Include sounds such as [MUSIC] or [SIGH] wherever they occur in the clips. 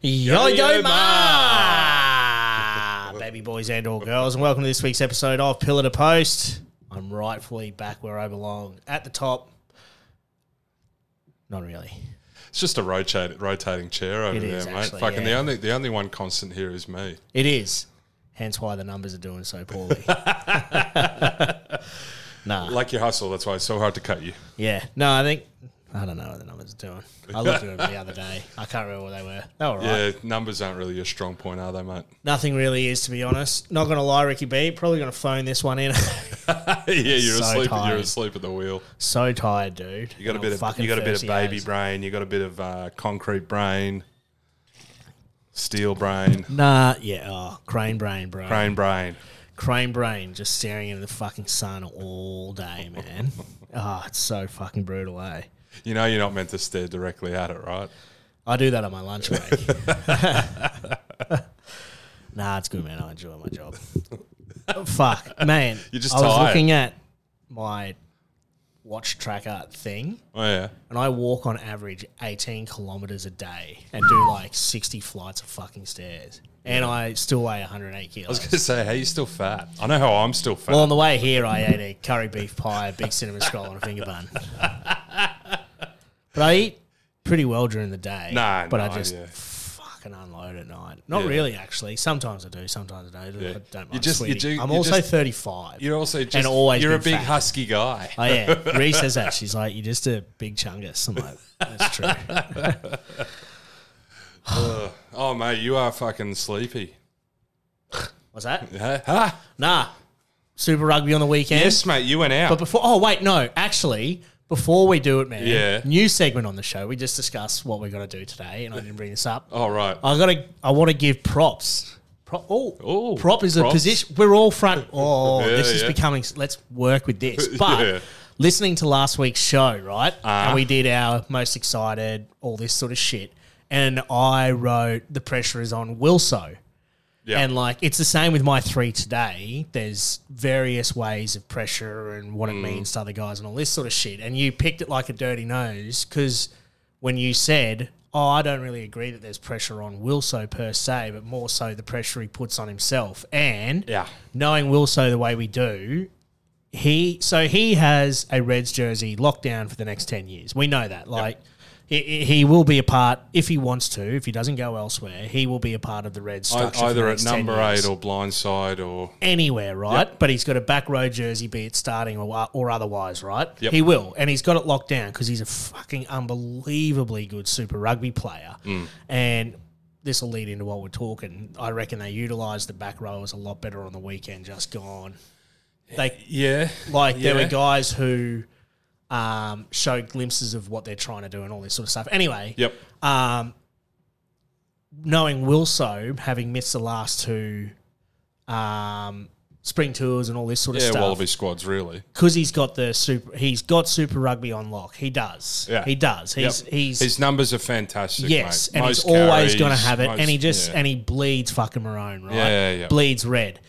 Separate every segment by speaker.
Speaker 1: Yo Yo Ma! [LAUGHS] Baby boys and all girls, and welcome to this week's episode of Pillar to Post. I'm rightfully back where I belong, at the top. Not really.
Speaker 2: It's just a rotate, rotating chair over
Speaker 1: It
Speaker 2: there,
Speaker 1: is,
Speaker 2: mate.
Speaker 1: actually,
Speaker 2: Fucking the
Speaker 1: yeah.
Speaker 2: only the only one constant here is me.
Speaker 1: It is, hence why the numbers are doing so
Speaker 2: [LAUGHS]
Speaker 1: poorly. nah,
Speaker 2: Like your hustle, that's why it's so hard to cut you.
Speaker 1: yeah, no, I think I don't know what the numbers are doing. I looked at them the other day. I can't remember what they were. They were all right.
Speaker 2: Yeah, numbers aren't really your strong point, are they, mate? [LAUGHS]
Speaker 1: Nothing really is, to be honest. Not gonna lie, Ricky B. Probably gonna phone this one in. [LAUGHS]
Speaker 2: yeah, you're
Speaker 1: So
Speaker 2: asleep. You're
Speaker 1: tired.
Speaker 2: asleep at the wheel.
Speaker 1: so tired, dude.
Speaker 2: You got a
Speaker 1: I'm
Speaker 2: bit of
Speaker 1: fucking
Speaker 2: you got a bit of
Speaker 1: thirsty
Speaker 2: baby
Speaker 1: as-
Speaker 2: brain. You got a bit of uh, concrete brain, steel brain,
Speaker 1: Nah, yeah, oh, crane brain, bro. Crane.
Speaker 2: crane brain.
Speaker 1: brain, just staring into the fucking sun all day,
Speaker 2: [LAUGHS]
Speaker 1: man. oh, it's so fucking brutal, eh?
Speaker 2: You know you're not meant to stare directly at it, right?
Speaker 1: I do that on my lunch
Speaker 2: [LAUGHS]
Speaker 1: break. [LAUGHS] nah, it's good, man. I enjoy my job. [LAUGHS] Fuck, man.
Speaker 2: You're just
Speaker 1: I was
Speaker 2: tired.
Speaker 1: looking at my watch tracker thing,
Speaker 2: Oh yeah. [LAUGHS]
Speaker 1: and I walk on average 18 kilometers a day and do like 60 flights of fucking stairs. And I still weigh 108 kilos.
Speaker 2: I was gonna say, hey, you're still fat. I know how I'm still fat.
Speaker 1: Well, on the way here, I ate a curry beef pie, a big cinnamon scroll, and a finger bun. But I eat pretty well during the day.
Speaker 2: Nah,
Speaker 1: but
Speaker 2: nah,
Speaker 1: I just
Speaker 2: yeah.
Speaker 1: fucking unload at night. Not
Speaker 2: Yeah.
Speaker 1: really, actually. Sometimes I do. Sometimes I don't.
Speaker 2: Yeah.
Speaker 1: I don't
Speaker 2: You
Speaker 1: mind.
Speaker 2: just- you
Speaker 1: sweetie.
Speaker 2: do-
Speaker 1: I'm
Speaker 2: you
Speaker 1: also
Speaker 2: just-
Speaker 1: 35.
Speaker 2: you're also just
Speaker 1: always
Speaker 2: you're a
Speaker 1: been
Speaker 2: big
Speaker 1: fat.
Speaker 2: husky guy.
Speaker 1: Oh yeah, Ree says that. She's like, "You're just a big chungus." I'm like, "That's
Speaker 2: [LAUGHS]
Speaker 1: true."
Speaker 2: Oh mate, you are fucking sleepy.
Speaker 1: What's that?
Speaker 2: Huh? Huh?
Speaker 1: Nah, Super Rugby on the weekend.
Speaker 2: Yes, mate, you went out.
Speaker 1: But before, oh wait, no, actually, before we do it, man,
Speaker 2: Yeah.
Speaker 1: new segment on the show. We just discuss what we're gonna do today, and I didn't bring this up.
Speaker 2: oh, right.
Speaker 1: I gotta, I want to give props. Pro- oh,
Speaker 2: Ooh,
Speaker 1: prop is a
Speaker 2: props.
Speaker 1: position. We're all
Speaker 2: [LAUGHS]
Speaker 1: front. Oh,
Speaker 2: Yeah,
Speaker 1: this is
Speaker 2: yeah.
Speaker 1: becoming. Let's work with this.
Speaker 2: [LAUGHS]
Speaker 1: But
Speaker 2: Yeah. Ah.
Speaker 1: listening to last week's show, right? and we did our most excited, all this sort of shit. And I wrote the pressure is on Wilso.
Speaker 2: yeah.
Speaker 1: And like it's the same with my three today. There's various ways of pressure and what
Speaker 2: Mm.
Speaker 1: it means to other guys and all this sort of shit. And you picked it like a dirty nose because when you said, "Oh, I don't really agree that there's pressure on Wilso per se, but more so the pressure he puts on himself." And
Speaker 2: Yeah.
Speaker 1: knowing Wilso the way we do, he so he has a Reds jersey locked down for the next ten years. We know that. Like he, he will be a part if he wants to. If he doesn't go elsewhere, he will be a part of the Reds
Speaker 2: I-
Speaker 1: structure. for
Speaker 2: either
Speaker 1: the
Speaker 2: at
Speaker 1: next 10
Speaker 2: number
Speaker 1: years.
Speaker 2: eight or blindside or
Speaker 1: anywhere, right? But he's got a back row jersey, be it starting or uh, or otherwise, right?
Speaker 2: Yep.
Speaker 1: He will, and he's got it locked down because he's a fucking unbelievably good Super Rugby player,
Speaker 2: Mm.
Speaker 1: and. This will lead into what we're talking. I reckon they utilised the back rowers a lot better on the weekend. Just gone, they
Speaker 2: yeah,
Speaker 1: like there
Speaker 2: Yeah.
Speaker 1: were guys who um, showed glimpses of what they're trying to do and all this sort of stuff. Anyway,
Speaker 2: yep,
Speaker 1: um, knowing Wilso having missed the last two um, spring tours and all this sort of
Speaker 2: yeah,
Speaker 1: stuff
Speaker 2: Wallaby squads really.
Speaker 1: because he's got the super. He's got Super Rugby on lock. He does.
Speaker 2: Yeah.
Speaker 1: He does. He's
Speaker 2: Yep.
Speaker 1: he's.
Speaker 2: His numbers are fantastic.
Speaker 1: Yes,
Speaker 2: mate.
Speaker 1: and
Speaker 2: Most
Speaker 1: he's always
Speaker 2: carries,
Speaker 1: going to have it,
Speaker 2: most-
Speaker 1: and he just
Speaker 2: yeah.
Speaker 1: and he bleeds fucking maroon, right?
Speaker 2: Yeah, yeah.
Speaker 1: Bleeds red,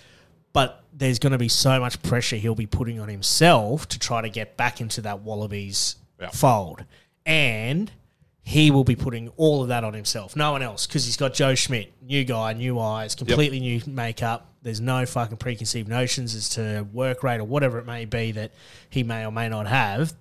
Speaker 1: but there's going to be so much pressure he'll be putting on himself to try to get back into that Wallabies
Speaker 2: Yeah.
Speaker 1: fold, and he will be putting all of that on himself, no one else, because he's got Joe Schmidt, new guy, new eyes, completely new makeup. There's no fucking preconceived notions as to work rate or whatever it may be that he may or may not have.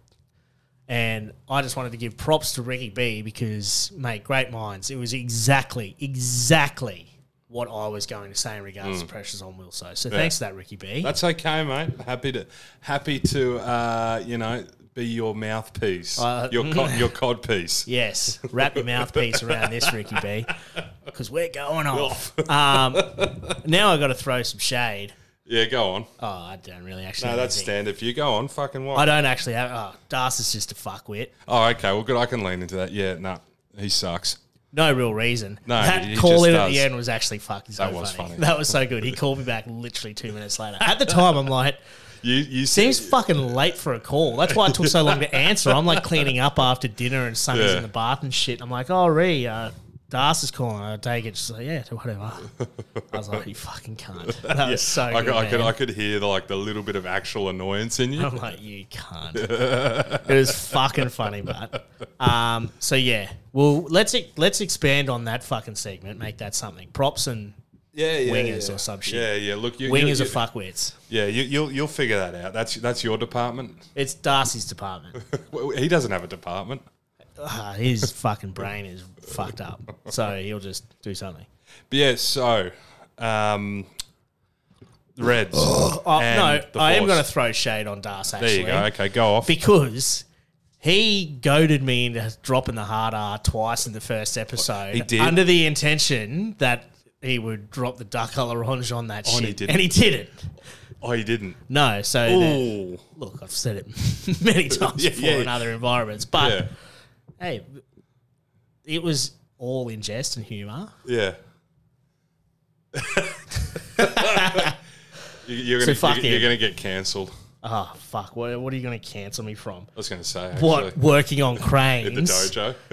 Speaker 1: And I just wanted to give props to Ricky B because, mate, great minds. It was exactly, exactly what I was going to say in regards to
Speaker 2: Mm.
Speaker 1: pressures on Wilso. So thanks to that, Ricky B.
Speaker 2: That's okay, mate. Happy to happy to uh, you know be your mouthpiece,
Speaker 1: Uh,
Speaker 2: your
Speaker 1: [LAUGHS]
Speaker 2: cod, your cod piece.
Speaker 1: yes, wrap your mouthpiece around this, Ricky B, because we're going off. um, now I've got to throw some shade.
Speaker 2: Yeah, go on.
Speaker 1: Oh, I don't really actually.
Speaker 2: No,
Speaker 1: have
Speaker 2: that's
Speaker 1: anything.
Speaker 2: standard for you. Go on, fucking
Speaker 1: I
Speaker 2: what?
Speaker 1: don't actually have. Oh, Das is just a fuckwit.
Speaker 2: Oh, okay. Well, good. I can lean into that. Yeah, no, he sucks.
Speaker 1: No real reason.
Speaker 2: No,
Speaker 1: that
Speaker 2: he
Speaker 1: call
Speaker 2: just
Speaker 1: in at the
Speaker 2: does.
Speaker 1: end was actually fucking so
Speaker 2: That was funny.
Speaker 1: That was so good. He called me back literally two minutes later. At the time, I'm like,
Speaker 2: You you
Speaker 1: seems fucking late for a call. That's why it took so long to answer. I'm like cleaning up after dinner and Sunny's
Speaker 2: Yeah.
Speaker 1: in the bath and shit. I'm like, oh, Ree, uh, Das is calling. I take it. She's like, yeah, whatever. I was like, you fucking
Speaker 2: [LAUGHS]
Speaker 1: cunt. That was so
Speaker 2: I,
Speaker 1: good.
Speaker 2: could, I, could,
Speaker 1: man.
Speaker 2: I could hear the, like the little bit of actual annoyance in you.
Speaker 1: [LAUGHS] I'm like, you can't. it was fucking funny, but um, so yeah. Well, let's e-, let's expand on that fucking segment. Make that something. Props and
Speaker 2: [LAUGHS] Yeah, yeah,
Speaker 1: Wingers
Speaker 2: yeah.
Speaker 1: or some shit.
Speaker 2: Yeah, yeah. Look, you,
Speaker 1: wingers
Speaker 2: you,
Speaker 1: are fuckwits.
Speaker 2: Yeah, you, you'll you'll figure that out. That's that's your department. [LAUGHS]
Speaker 1: It's Darcy's department. [LAUGHS]
Speaker 2: Well, He doesn't have a department.
Speaker 1: Ah, his fucking brain is fucked up, so he'll just do something.
Speaker 2: But yeah, so um, the
Speaker 1: [GASPS]
Speaker 2: Reds.
Speaker 1: Oh,
Speaker 2: and the
Speaker 1: no, I am
Speaker 2: Force.
Speaker 1: going to throw shade on Das actually.
Speaker 2: There you go. Okay, go off.
Speaker 1: because he goaded me into dropping the hard R twice in the first episode.
Speaker 2: He did.
Speaker 1: under the intention that he would drop the duck orange on that
Speaker 2: and
Speaker 1: shit,
Speaker 2: he didn't.
Speaker 1: and he didn't.
Speaker 2: oh, you didn't.
Speaker 1: No, so that-
Speaker 2: Ooh.
Speaker 1: look, I've said it [LAUGHS] many times
Speaker 2: [LAUGHS] Yeah,
Speaker 1: before
Speaker 2: yeah.
Speaker 1: in other environments, but
Speaker 2: Yeah,
Speaker 1: hey, it was all in jest and humor.
Speaker 2: yeah. [LAUGHS] you, you're gonna
Speaker 1: So fuck
Speaker 2: you're,
Speaker 1: him.
Speaker 2: you're gonna get cancelled. I
Speaker 1: Oh fuck! What, what are you going to cancel me from?
Speaker 2: was gonna say
Speaker 1: What
Speaker 2: actually.
Speaker 1: working on cranes?
Speaker 2: [LAUGHS] the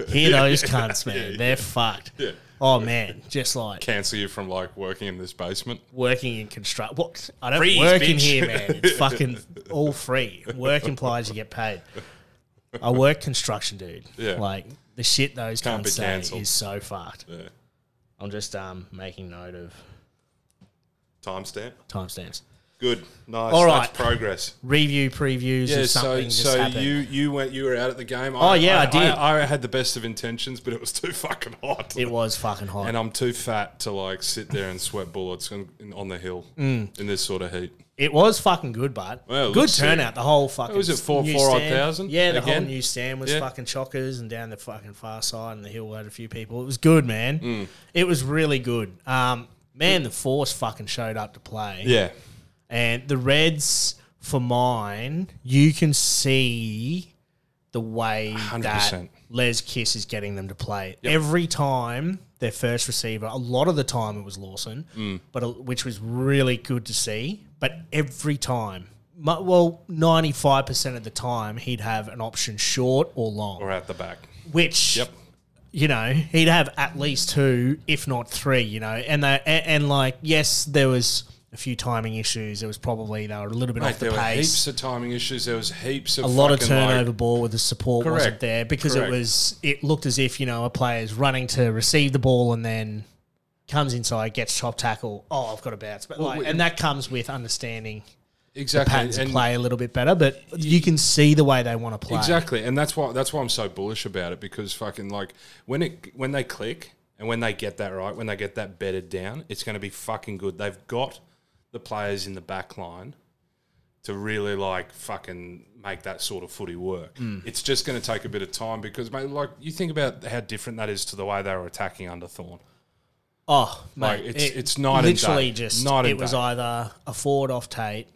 Speaker 1: [LAUGHS]
Speaker 2: dojo.
Speaker 1: Hear
Speaker 2: [LAUGHS]
Speaker 1: those cunts, man. They're fucked.
Speaker 2: Yeah.
Speaker 1: Oh man, just like
Speaker 2: cancel you from like working in this basement.
Speaker 1: working in construct. What I don't
Speaker 2: Freeze,
Speaker 1: work in
Speaker 2: bitch.
Speaker 1: here, man.
Speaker 2: [LAUGHS]
Speaker 1: It's fucking all free. Work implies you get paid. I work construction, dude.
Speaker 2: Yeah.
Speaker 1: Like the shit those
Speaker 2: Can't
Speaker 1: cunts
Speaker 2: be
Speaker 1: say
Speaker 2: cancelled.
Speaker 1: is so fucked.
Speaker 2: Yeah.
Speaker 1: I'm just um making note of
Speaker 2: Timestamp.
Speaker 1: timestamps.
Speaker 2: Good. Nice.
Speaker 1: All
Speaker 2: That's
Speaker 1: right.
Speaker 2: progress.
Speaker 1: Review previews
Speaker 2: Yeah,
Speaker 1: of something
Speaker 2: so
Speaker 1: just
Speaker 2: so
Speaker 1: happened.
Speaker 2: you you went you were out at the game.
Speaker 1: Oh, yeah, I did.
Speaker 2: I, had the best of intentions, but it was [LAUGHS] too fucking hot,
Speaker 1: it was fucking hot.
Speaker 2: and I'm too fat to like sit there and sweat bullets on, on the hill
Speaker 1: Mm.
Speaker 2: in this sort of heat.
Speaker 1: It was fucking good, but
Speaker 2: Well, it
Speaker 1: good
Speaker 2: looks sick.
Speaker 1: turnout. The whole fucking
Speaker 2: was it, four-
Speaker 1: new
Speaker 2: four odd
Speaker 1: stand.
Speaker 2: thousand
Speaker 1: Yeah, the
Speaker 2: again?
Speaker 1: whole new stand was
Speaker 2: Yeah.
Speaker 1: fucking chockers, and down the fucking far side and the hill had a few people. It was good, man.
Speaker 2: Mm.
Speaker 1: It was really good. Um, man, the force fucking showed up to play,
Speaker 2: Yeah,
Speaker 1: and the Reds for mine, you can see the way that
Speaker 2: 100%.
Speaker 1: Les Kiss is getting them to play every time. Their first receiver, a lot of the time it was Lawson,
Speaker 2: Mm.
Speaker 1: but a, which was really good to see. But every time, mu- well, ninety five percent of the time, he'd have an option short or long,
Speaker 2: or out the back.
Speaker 1: which
Speaker 2: Yep.
Speaker 1: you know, he'd have at least two, if not three, you know, and they and, and like yes, there was a few timing issues. There was probably they were a little bit off
Speaker 2: Mate,
Speaker 1: the
Speaker 2: there were
Speaker 1: pace.
Speaker 2: heaps of timing issues. There was heaps of
Speaker 1: A lot of
Speaker 2: fucking, like-
Speaker 1: turnover ball with the support wasn't
Speaker 2: Correct.
Speaker 1: there because
Speaker 2: Correct.
Speaker 1: it was it looked as if you know a player's running to receive the ball and then comes inside, gets top tackle. Oh, I've got to bounce, but like,
Speaker 2: we-
Speaker 1: and that comes with understanding patterns
Speaker 2: exactly,
Speaker 1: of
Speaker 2: and
Speaker 1: play a little bit better. But you can see the way they want to play.
Speaker 2: Exactly, and that's why that's why I'm so bullish about it because fucking like when it when they click and when they get that right, when they get that bedded down, it's going to be fucking good. They've got the players in the back line to really like fucking make that sort of footy work.
Speaker 1: Mm.
Speaker 2: It's just going to take a bit of time because mate, like you think about how different that is to the way they were attacking under Thorn.
Speaker 1: Oh, mate,
Speaker 2: Like, it's- it's night and
Speaker 1: literally
Speaker 2: day.
Speaker 1: just
Speaker 2: Night and
Speaker 1: it was
Speaker 2: day.
Speaker 1: either a forward off Tate,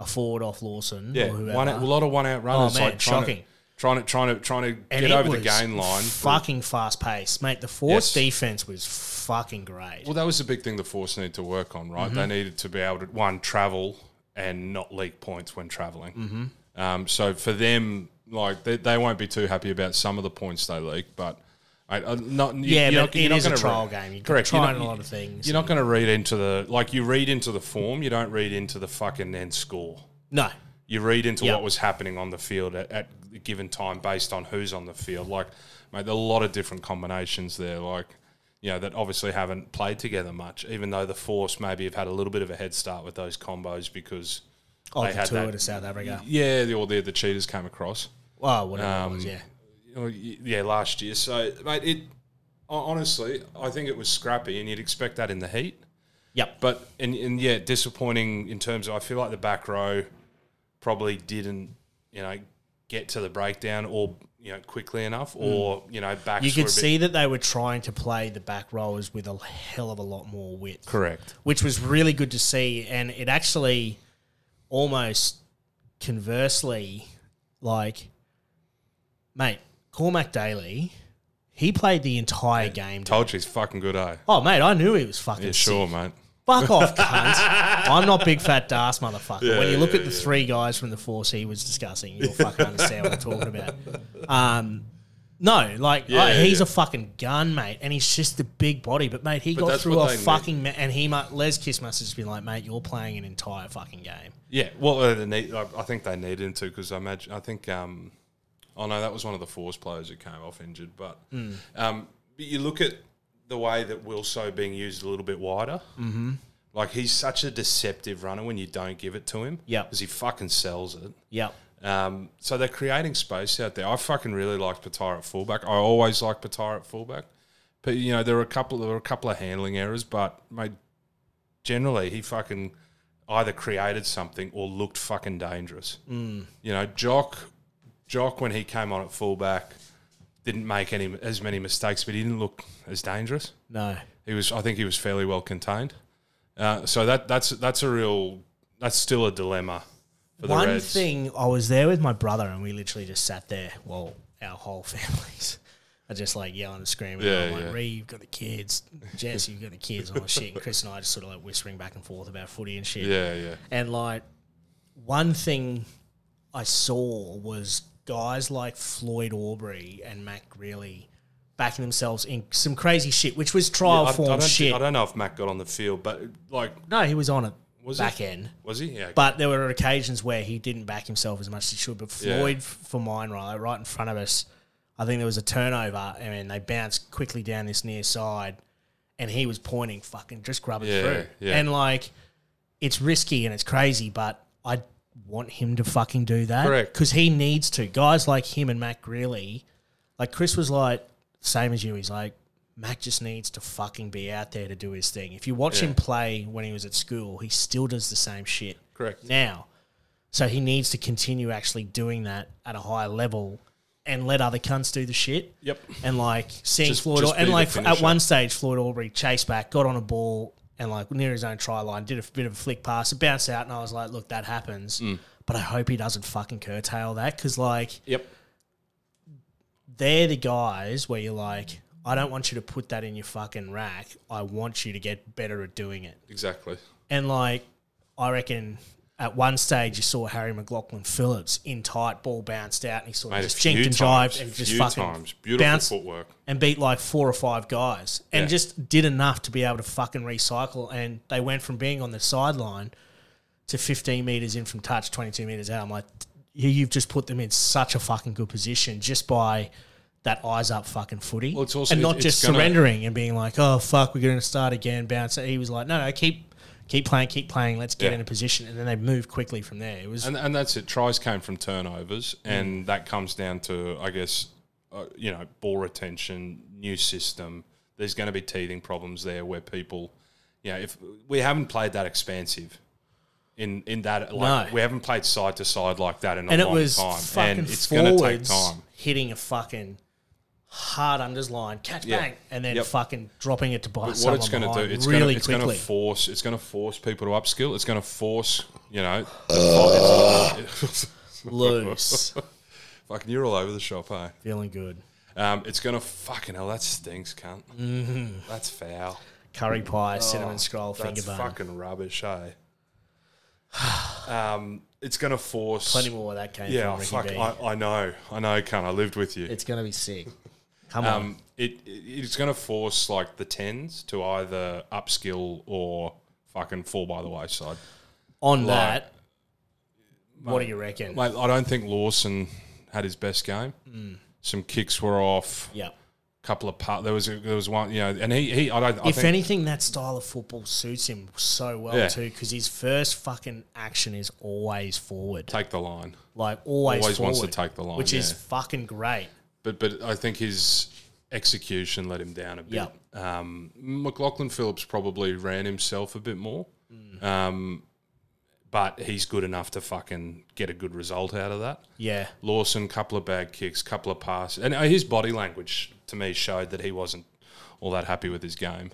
Speaker 1: a forward off Lawson,
Speaker 2: Yeah,
Speaker 1: or whoever.
Speaker 2: one, out- a lot of one out runners.
Speaker 1: Oh, man,
Speaker 2: like trying
Speaker 1: shocking.
Speaker 2: To, Trying to trying to trying to
Speaker 1: and
Speaker 2: get
Speaker 1: it
Speaker 2: over the
Speaker 1: was
Speaker 2: gain line.
Speaker 1: fucking fast paced, mate. The force
Speaker 2: Yes.
Speaker 1: defense was fucking great.
Speaker 2: Well, that was the big thing the Force needed to work on, right?
Speaker 1: Mm-hmm.
Speaker 2: They needed to be able to one travel and not leak points when traveling. Mm-hmm. Um, so for them, like they, they won't be too happy about some of the points they leak, but I, I, not you-
Speaker 1: yeah,
Speaker 2: you're
Speaker 1: but
Speaker 2: not, you're
Speaker 1: it
Speaker 2: not
Speaker 1: is a
Speaker 2: gonna
Speaker 1: trial
Speaker 2: read-
Speaker 1: game. You're
Speaker 2: Correct. You're
Speaker 1: trying
Speaker 2: not,
Speaker 1: a lot of things.
Speaker 2: you're not going to read into the like you read into the form. You don't read into the fucking end score.
Speaker 1: no,
Speaker 2: You read into
Speaker 1: Yeah.
Speaker 2: what was happening on the field at, at a given time based on who's on the field. Like, mate, there are a lot of different combinations there. Like, you know, that obviously haven't played together much, even though the Force maybe have had a little bit of a head start with those combos because,
Speaker 1: oh,
Speaker 2: They
Speaker 1: the
Speaker 2: had
Speaker 1: tour
Speaker 2: that-
Speaker 1: to South Africa.
Speaker 2: yeah, the, or the, the Cheetahs came across.
Speaker 1: Oh, whatever
Speaker 2: Um,
Speaker 1: it was, yeah.
Speaker 2: you know, y- yeah, last year. So, mate, it hon- honestly, I think it was scrappy, and you'd expect that in the heat.
Speaker 1: Yep.
Speaker 2: But and and yeah, disappointing in terms of I feel like the back row probably didn't you know get to the breakdown or you know quickly enough or you know backs
Speaker 1: Mm. You
Speaker 2: were a
Speaker 1: could
Speaker 2: bit-
Speaker 1: see that they were trying to play the back rowers with a hell of a lot more width.
Speaker 2: correct
Speaker 1: which was really good to see. And it actually almost conversely, like, mate, Cormac Daly, he played the entire game.
Speaker 2: told you he's fucking good eh
Speaker 1: Oh, mate, I knew he was fucking
Speaker 2: yeah
Speaker 1: sick.
Speaker 2: sure mate
Speaker 1: Fuck
Speaker 2: [LAUGHS]
Speaker 1: off, cunt. I'm not big fat das motherfucker. when you look at the
Speaker 2: [LAUGHS]
Speaker 1: three guys from the force he was discussing, you'll fucking understand what I'm talking about. Um, No, like
Speaker 2: Yeah,
Speaker 1: I-
Speaker 2: yeah,
Speaker 1: he's
Speaker 2: yeah.
Speaker 1: a fucking gun, mate, and he's just a big body. But mate, he
Speaker 2: But
Speaker 1: got
Speaker 2: that's
Speaker 1: through a
Speaker 2: what they need.
Speaker 1: fucking ma- and he might Les Kiss must have just been like, mate, you're playing an entire fucking game.
Speaker 2: Yeah, well, uh, they need, I, I think they need him to because I imagine I think. Um, oh no, that was one of the force players who came off injured. But, um, but you look at the way that Wilso being used a little bit wider. Mm-hmm. Like he's such a deceptive runner when you don't give it to him.
Speaker 1: Yep.
Speaker 2: because he fucking sells it.
Speaker 1: Yep.
Speaker 2: Um, so they're creating space out there. I fucking really liked Patara at fullback. I always liked Patara at fullback. But you know, there were a couple there were a couple of handling errors, but mate, generally he fucking either created something or looked fucking dangerous. Mm. You know, Jock Jock when he came on at fullback didn't make any as many mistakes, but he didn't look as dangerous.
Speaker 1: No.
Speaker 2: He was, I think, he was fairly well contained. Uh, so that that's that's a real that's still a dilemma for the
Speaker 1: One
Speaker 2: Reds.
Speaker 1: thing I was there with my brother, and we literally just sat there. Well, our whole [LAUGHS] families are just like yelling and screaming.
Speaker 2: Yeah,
Speaker 1: I'm like,
Speaker 2: yeah.
Speaker 1: Ree, you've got the kids. Jess, you've got the kids. and All this shit. And Chris and I just sort of like whispering back and forth about footy and shit.
Speaker 2: Yeah, yeah.
Speaker 1: And like one thing I saw was guys like Floyd Aubrey and Mac Greeley backing themselves in some crazy shit, which was trial
Speaker 2: I- I,
Speaker 1: form
Speaker 2: don't,
Speaker 1: shit.
Speaker 2: I don't know if Mac got on the field, but like,
Speaker 1: no, he was on it
Speaker 2: Was he?
Speaker 1: back end.
Speaker 2: was he? Yeah.
Speaker 1: But there were occasions where he didn't back himself as much as he should. But
Speaker 2: Yeah.
Speaker 1: Floyd, f for mine, right, right in front of us, I think there was a turnover, and then they bounced quickly down this near side, and he was pointing, fucking just grub it
Speaker 2: Yeah,
Speaker 1: through.
Speaker 2: yeah.
Speaker 1: And like, it's risky and it's crazy, but I want him to fucking do that
Speaker 2: Correct.
Speaker 1: because he needs to. Guys like him and Mac Greeley, like Chris was like same as you. He's like Mac just needs to fucking be out there to do his thing. If you watch
Speaker 2: Yeah.
Speaker 1: him play when he was at school, he still does the same shit
Speaker 2: Correct.
Speaker 1: now. So he needs to continue actually doing that at a higher level and let other cunts do the shit.
Speaker 2: Yep.
Speaker 1: And like seeing
Speaker 2: Just-
Speaker 1: Floyd,
Speaker 2: just be
Speaker 1: and
Speaker 2: the
Speaker 1: like at
Speaker 2: finisher.
Speaker 1: one stage, Floyd Aubrey chased back, got on a ball, and like near his own try line, did a bit of a flick pass, it bounced out, and I was like, look, that happens.
Speaker 2: Mm.
Speaker 1: But I hope he doesn't fucking curtail that because like
Speaker 2: Yep.
Speaker 1: they're the guys where you're like, I don't want you to put that in your fucking rack. I want you to get better at doing it.
Speaker 2: Exactly.
Speaker 1: And like, I reckon at one stage you saw Harry McLaughlin Phillips in tight, ball bounced out, and he sort of
Speaker 2: Made a
Speaker 1: just
Speaker 2: few
Speaker 1: jinked and
Speaker 2: times,
Speaker 1: jived and just
Speaker 2: few
Speaker 1: fucking
Speaker 2: times. Beautiful
Speaker 1: bounced
Speaker 2: footwork.
Speaker 1: and beat like four or five guys and
Speaker 2: Yeah.
Speaker 1: just did enough to be able to fucking recycle. And they went from being on the sideline to 15 meters in from touch, 22 meters out. I'm like, you- you've just put them in such a fucking good position just by that eyes up fucking footy.
Speaker 2: Well, it's also-
Speaker 1: and not
Speaker 2: it's
Speaker 1: just
Speaker 2: gonna-
Speaker 1: surrendering and being like, oh, fuck, we're going to start again, bounce. He was like, no, no, keep. Keep playing, keep playing. Let's get
Speaker 2: Yeah.
Speaker 1: in a position, and then they move quickly from there. It was
Speaker 2: And and that's it. Tries came from turnovers,
Speaker 1: Mm.
Speaker 2: and that comes down to I guess uh, you know ball retention, new system. There's going to be teething problems there where people, you know, if we haven't played that expansive. In, in that like
Speaker 1: No.
Speaker 2: we haven't played side to side like that in a
Speaker 1: and it
Speaker 2: long
Speaker 1: was
Speaker 2: time,
Speaker 1: fucking
Speaker 2: and it's going to take
Speaker 1: forwards
Speaker 2: time.
Speaker 1: hitting a fucking hard underline catch
Speaker 2: Yeah.
Speaker 1: bang and then
Speaker 2: Yep.
Speaker 1: fucking dropping it to buy
Speaker 2: But
Speaker 1: someone
Speaker 2: what it's going to do,
Speaker 1: behind
Speaker 2: it's
Speaker 1: really
Speaker 2: going to
Speaker 1: quickly.
Speaker 2: force it's going to force people to upskill. It's going to force you know. the fi- [LAUGHS]
Speaker 1: Loose,
Speaker 2: [SIGHS] fucking, you're all over the shop, eh?
Speaker 1: feeling good.
Speaker 2: Um, it's going to fucking hell. That stinks, cunt. Mm-hmm. That's foul.
Speaker 1: Curry pie, cinnamon scroll, finger
Speaker 2: Oh, That's
Speaker 1: bun.
Speaker 2: fucking rubbish, [SIGHS] eh? um, it's going to force.
Speaker 1: Plenty more where that came
Speaker 2: yeah,
Speaker 1: from, Ricky
Speaker 2: fuck.
Speaker 1: B.
Speaker 2: I, I know, I know, cunt. I lived with you.
Speaker 1: it's going to be
Speaker 2: [LAUGHS]
Speaker 1: sick. Come on.
Speaker 2: um, it, it it's going to force like the tens to either upskill or fucking fall by the wayside.
Speaker 1: On that, what do you reckon?
Speaker 2: Mate, I don't think Lawson had his best game. Some kicks were off.
Speaker 1: Hmm. yeah.
Speaker 2: A couple of par- there was a, there was one you know, and he, he I don't. I
Speaker 1: If
Speaker 2: think,
Speaker 1: anything, that style of football suits him so well
Speaker 2: Yeah.
Speaker 1: too, because his first fucking action is always forward,
Speaker 2: take the line,
Speaker 1: like always,
Speaker 2: always
Speaker 1: forward,
Speaker 2: wants to take the line,
Speaker 1: which is
Speaker 2: yeah.
Speaker 1: fucking great.
Speaker 2: but but I think his execution let him down a bit. Um, McLaughlin Phillips probably ran himself a bit more,
Speaker 1: Hmm.
Speaker 2: um, but he's good enough to fucking get a good result out of that.
Speaker 1: Yeah.
Speaker 2: Lawson, couple of bad kicks, couple of passes, and uh, his body language to me showed that he wasn't all that happy with his game.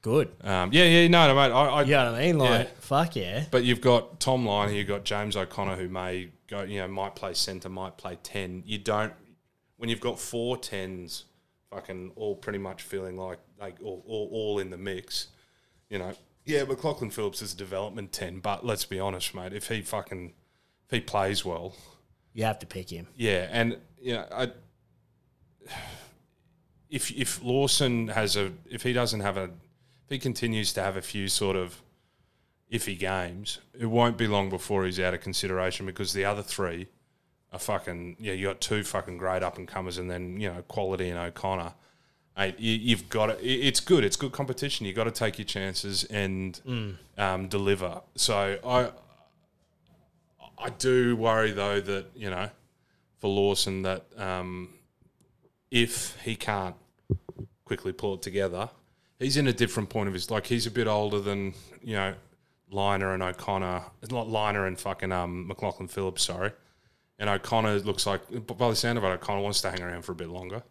Speaker 1: Good.
Speaker 2: Um, yeah, yeah, no, no, mate. I, I,
Speaker 1: You know what I mean? Like,
Speaker 2: Yeah.
Speaker 1: fuck yeah.
Speaker 2: But you've got Tom Lyon, you've got James O'Connor, who may go, you know, might play centre, might play 10. You don't, when you've got four 10s fucking all pretty much feeling like, like all, all, all in the mix, you know. Yeah, McLaughlin Phillips is a development 10, but let's be honest, mate, if he fucking, if he plays well,
Speaker 1: You have to pick him.
Speaker 2: yeah, and, you know, I, if if Lawson has a if he doesn't have a if he continues to have a few sort of iffy games, it won't be long before he's out of consideration because the other three are fucking yeah. You got two fucking great up and comers, and then you know quality and O'Connor. Hey, you, you've got to, it. It's good. It's good competition. You got to take your chances and um, deliver. So I I do worry though that you know for Lawson that um, if he can't quickly pull it together, he's in a different point of his. Like he's a bit older than you know Liner and O'Connor. It's not Liner and fucking um, McLaughlin Phillips. Sorry, and O'Connor looks like by the sound of it, O'Connor wants to hang around for a bit longer.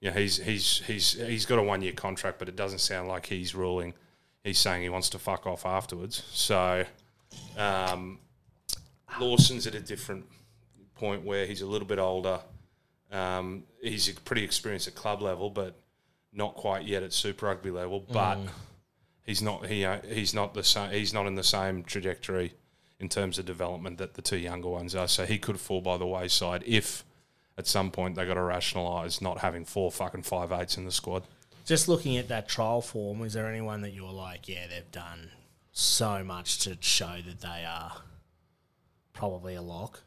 Speaker 2: Yeah, he's he's he's he's got a one year contract, but it doesn't sound like he's ruling. He's saying he wants to fuck off afterwards. So, um, Lawson's at a different point where he's a little bit older. Um, he's pretty experienced at club level, but not quite yet at Super Rugby level. But he's not he uh, he's not the same. He's not in the same trajectory in terms of development that the two younger ones are. So he could fall by the wayside if at some point they got to rationalise not having four fucking five eights in the squad.
Speaker 1: Just looking at that trial form, is there anyone that you're like, yeah, they've done so much to show that they are probably a lock?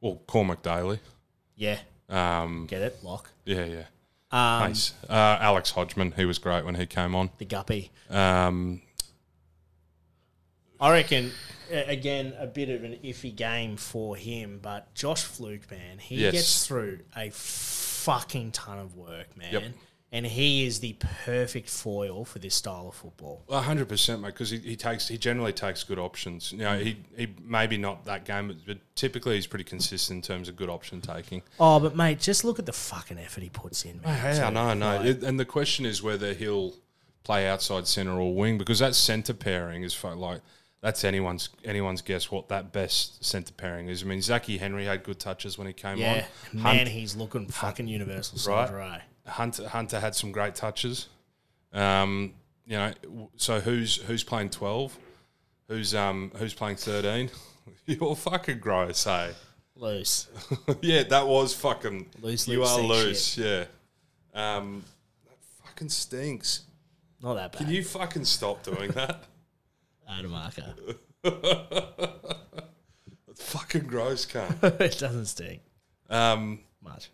Speaker 2: Well, Cormac Daly,
Speaker 1: Yeah,
Speaker 2: um,
Speaker 1: get it, lock.
Speaker 2: yeah, yeah.
Speaker 1: Um,
Speaker 2: Nice. Uh, Alex Hodgman, he was great when he came on.
Speaker 1: The guppy.
Speaker 2: Um,
Speaker 1: I reckon a- again a bit of an iffy game for him, but Josh Fluke, man, he
Speaker 2: Yes.
Speaker 1: gets through a fucking ton of work, man.
Speaker 2: Yep.
Speaker 1: And he is the perfect foil for this style of football.
Speaker 2: A hundred percent, mate. Because he, he takes he generally takes good options. You know, he, he maybe not that game, but, but typically he's pretty consistent in terms of good option taking.
Speaker 1: Oh, but mate, just look at the fucking effort he puts in, man.
Speaker 2: Yeah, no, no. It- and the question is whether he'll play outside centre or wing because that centre pairing is fu- like that's anyone's anyone's guess what that best centre pairing is. I mean, Zachy Henry had good touches when he came
Speaker 1: Yeah,
Speaker 2: on.
Speaker 1: man,
Speaker 2: Hunt,
Speaker 1: he's looking fucking universal
Speaker 2: Right.
Speaker 1: soldier. eh?
Speaker 2: Hunter Hunter had some great touches. Um, you know, w- so who's who's playing twelve? Who's um who's playing thirteen? [LAUGHS] You're fucking gross, hey. [LAUGHS]
Speaker 1: Loose.
Speaker 2: yeah, that was fucking
Speaker 1: Loose
Speaker 2: You
Speaker 1: lips
Speaker 2: are
Speaker 1: ain't
Speaker 2: loose, yeah. Um, that fucking stinks.
Speaker 1: Not that bad.
Speaker 2: Can you fucking stop doing that? [LAUGHS]
Speaker 1: Out of marker.
Speaker 2: That's fucking gross, cunt.
Speaker 1: it doesn't stink
Speaker 2: Um,
Speaker 1: much.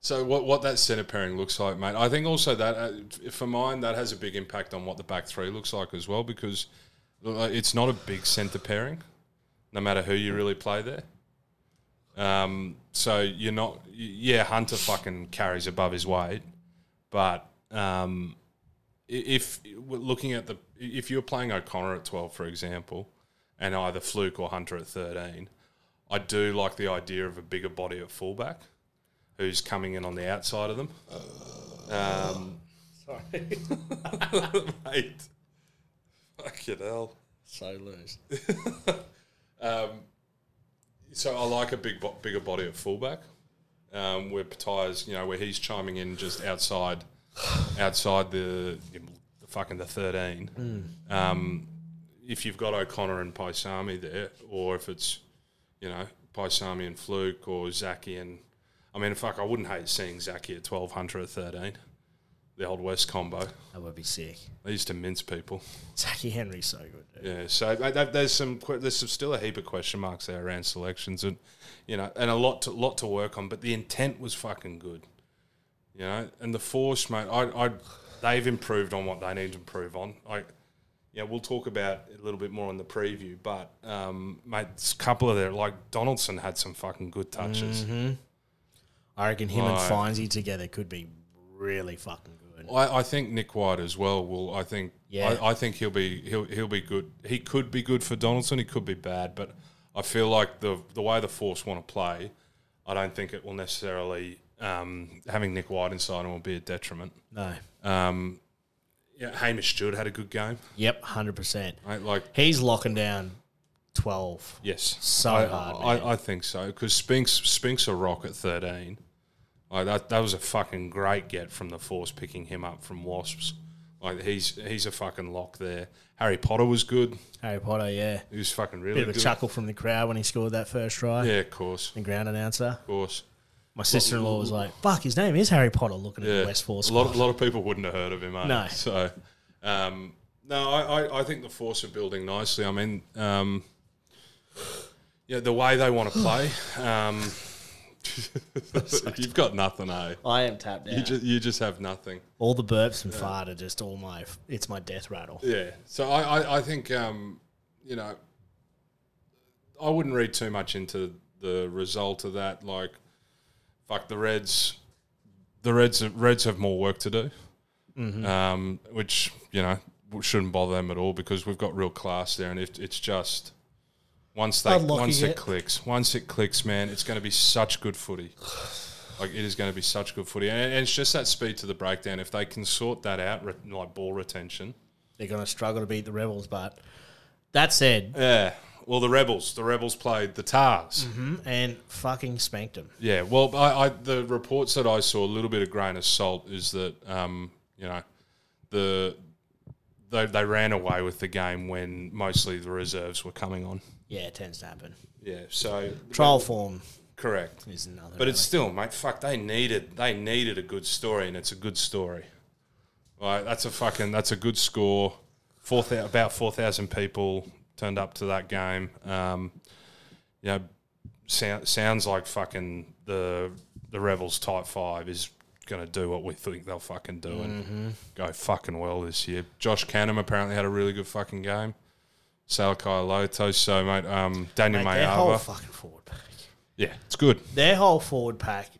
Speaker 2: so what what that centre pairing looks like, mate? I think also that uh, for mine that has a big impact on what the back three looks like as well because uh, it's not a big centre pairing, no matter who you really play there. Um, so you're not, y- yeah, Hunter fucking carries above his weight, but um, i- if we're looking at the, if you're playing O'Connor at 12, for example, and either Fluke or Hunter at 13, I do like the idea of a bigger body at fullback who's coming in on the outside of them. Um, [LAUGHS]
Speaker 1: Sorry.
Speaker 2: mate, fucking hell.
Speaker 1: so loose.
Speaker 2: So I like a big, bo- bigger body at fullback, um, where Patai's, you know, where he's chiming in just outside, outside the, the fucking the thirteen. Um, if you've got O'Connor and Paisami there, or if it's, you know, Paisami and Fluke or Zaki and, I mean, fuck, I wouldn't hate seeing Zaki at twelve hundred at thirteen, the old West combo.
Speaker 1: That would be sick.
Speaker 2: They used to mince people.
Speaker 1: Zachy Henry's so good. Dude.
Speaker 2: Yeah, so mate, that- there's some que- there's some, still a heap of question marks there around selections, and you know, and a lot to lot to work on. But the intent was fucking good, you know. And the force, mate, I, I they've improved on what they need to improve on. I, yeah, we'll talk about it a little bit more in the preview, but um, mate, a couple of their like Donaldson had some fucking good touches.
Speaker 1: I reckon him
Speaker 2: Right.
Speaker 1: and Findsy together could be really fucking good.
Speaker 2: I, I think Nick White as well will. I think.
Speaker 1: Yeah.
Speaker 2: I, I think he'll be he'll he'll be good. He could be good for Donaldson. He could be bad, but I feel like the the way the Force want to play, I don't think it will necessarily um, having Nick White inside him will be a detriment.
Speaker 1: No.
Speaker 2: Um, yeah, Hamish Stewart had a good game.
Speaker 1: Yep, 100%.
Speaker 2: Right? Like
Speaker 1: He's locking down 12.
Speaker 2: yes,
Speaker 1: So
Speaker 2: I,
Speaker 1: hard,
Speaker 2: I,
Speaker 1: man.
Speaker 2: I, think so because Spinks Spinks a rock at thirteen. Like that, that was a fucking great get from the Force picking him up from Wasps. Like he's he's a fucking lock there. Harry Potter was good.
Speaker 1: Harry Potter, yeah.
Speaker 2: He was fucking really
Speaker 1: Bit of a
Speaker 2: good.
Speaker 1: chuckle from the crowd when he scored that first try.
Speaker 2: Yeah, of course,
Speaker 1: The ground announcer.
Speaker 2: of course.
Speaker 1: My sister in law was like, "Fuck, his name is Harry Potter." Looking at the West Force,
Speaker 2: A lot, a lot of people wouldn't have heard of him, eh?
Speaker 1: No.
Speaker 2: So, um, no, I, I, I think the Force are building nicely. I mean, um, yeah, the way they want to play.
Speaker 1: [LAUGHS]
Speaker 2: Um, [LAUGHS] you've got nothing, eh?
Speaker 1: I am tapped
Speaker 2: You
Speaker 1: out.
Speaker 2: just, you just have nothing.
Speaker 1: all the burps and fart are just all my. It's my death rattle.
Speaker 2: Yeah. So I, I, I think, um, you know, I wouldn't read too much into the result of that. Like, fuck the Reds. The Reds, Reds have more work to do, um, which you know shouldn't bother them at all because we've got real class there, and it, it's just once they
Speaker 1: Unlocking
Speaker 2: once it,
Speaker 1: it.
Speaker 2: clicks, once it clicks, man, it's going to be such good footy. Like it is going to be such good footy, and, and it's just that speed to the breakdown. If they can sort that out, re- like ball retention,
Speaker 1: They're going to struggle to beat the Rebels, but that said,
Speaker 2: Yeah. Well, the rebels. The rebels played the Tars.
Speaker 1: and fucking spanked them.
Speaker 2: Yeah. Well, I, I the reports that I saw, a little bit of grain of salt is that um, you know the they, they ran away with the game when mostly the reserves were coming on.
Speaker 1: Yeah, it tends to happen.
Speaker 2: Yeah. So
Speaker 1: Trial form
Speaker 2: correct.
Speaker 1: is another.
Speaker 2: But it's still, mate. Fuck, they needed they needed a good story, and it's a good story. Like that's a fucking that's a good score. Four thou- about four thousand people turned up to that game. Um, you know, sound, sounds like fucking the the Rebels type five is going to do what we think they'll fucking do
Speaker 1: Mm-hmm.
Speaker 2: and go fucking well this year. Josh Canham apparently had a really good fucking game. Salakai Loto, so mate, um, Daniel
Speaker 1: Mate, their whole
Speaker 2: Mayava.
Speaker 1: fucking forward pack.
Speaker 2: Yeah, it's good.
Speaker 1: Their whole forward pack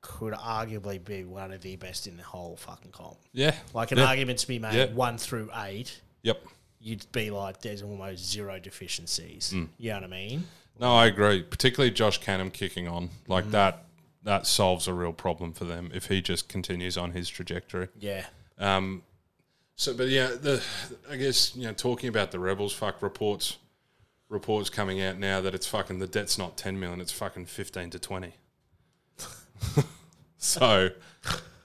Speaker 1: could arguably be one of the best in the whole fucking comp.
Speaker 2: Yeah,
Speaker 1: Like an
Speaker 2: Yeah.
Speaker 1: argument to be made,
Speaker 2: Yeah.
Speaker 1: one through eight,
Speaker 2: Yep.
Speaker 1: you'd be like, there's almost zero deficiencies.
Speaker 2: Mm.
Speaker 1: You know what I mean?
Speaker 2: No, I agree. Particularly Josh Canham kicking on like that. That solves a real problem for them if he just continues on his trajectory.
Speaker 1: Yeah.
Speaker 2: So, but yeah, the I guess you know talking about the rebels, fuck reports, reports coming out now that it's fucking the debt's not ten million, it's fucking fifteen to twenty. [LAUGHS] so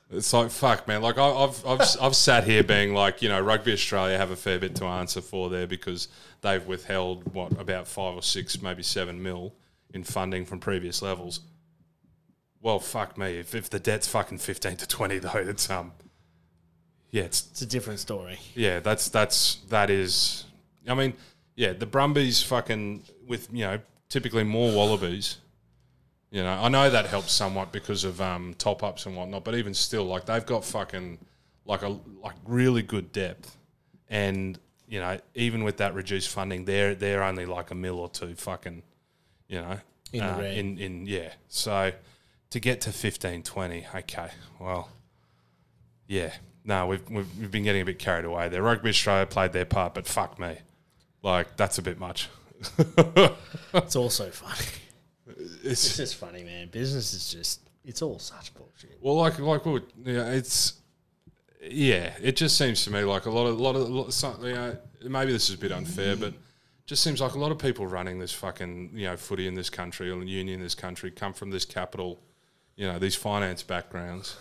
Speaker 2: it's like fuck, man. Like I, I've I've I've sat here being like, you know, Rugby Australia have a fair bit to answer for there because they've withheld what about five or six, maybe seven mil in funding from previous levels. Well, fuck me. If, if the debt's fucking fifteen to twenty though, it's um, yeah, it's
Speaker 1: It's a different
Speaker 2: [LAUGHS]
Speaker 1: story.
Speaker 2: yeah, that's that's that is. I mean, yeah, the Brumbies fucking with you know typically more wallabies. You know, I know that helps somewhat because of um, top ups and whatnot, but even still, like they've got fucking like a like really good depth, and you know even with that reduced funding, they're they're only like a mil or two fucking, you know, uh,
Speaker 1: In the red.
Speaker 2: in in yeah. So to get to fifteen twenty, okay, well. Yeah. No, we've, we've, we've been getting a bit carried away there. Rugby Australia played their part, but fuck me. Like, that's a bit much. [LAUGHS]
Speaker 1: It's also funny. It's
Speaker 2: It's,
Speaker 1: just funny, man. Business is just, it's all such bullshit.
Speaker 2: well, like, like, we were- yeah, it's, yeah, it just seems to me like a lot of, lot of, lot of some, you know, maybe this is a bit unfair, but just seems like a lot of people running this fucking, you know, footy in this country or union in this country come from this capital, you know, these finance backgrounds.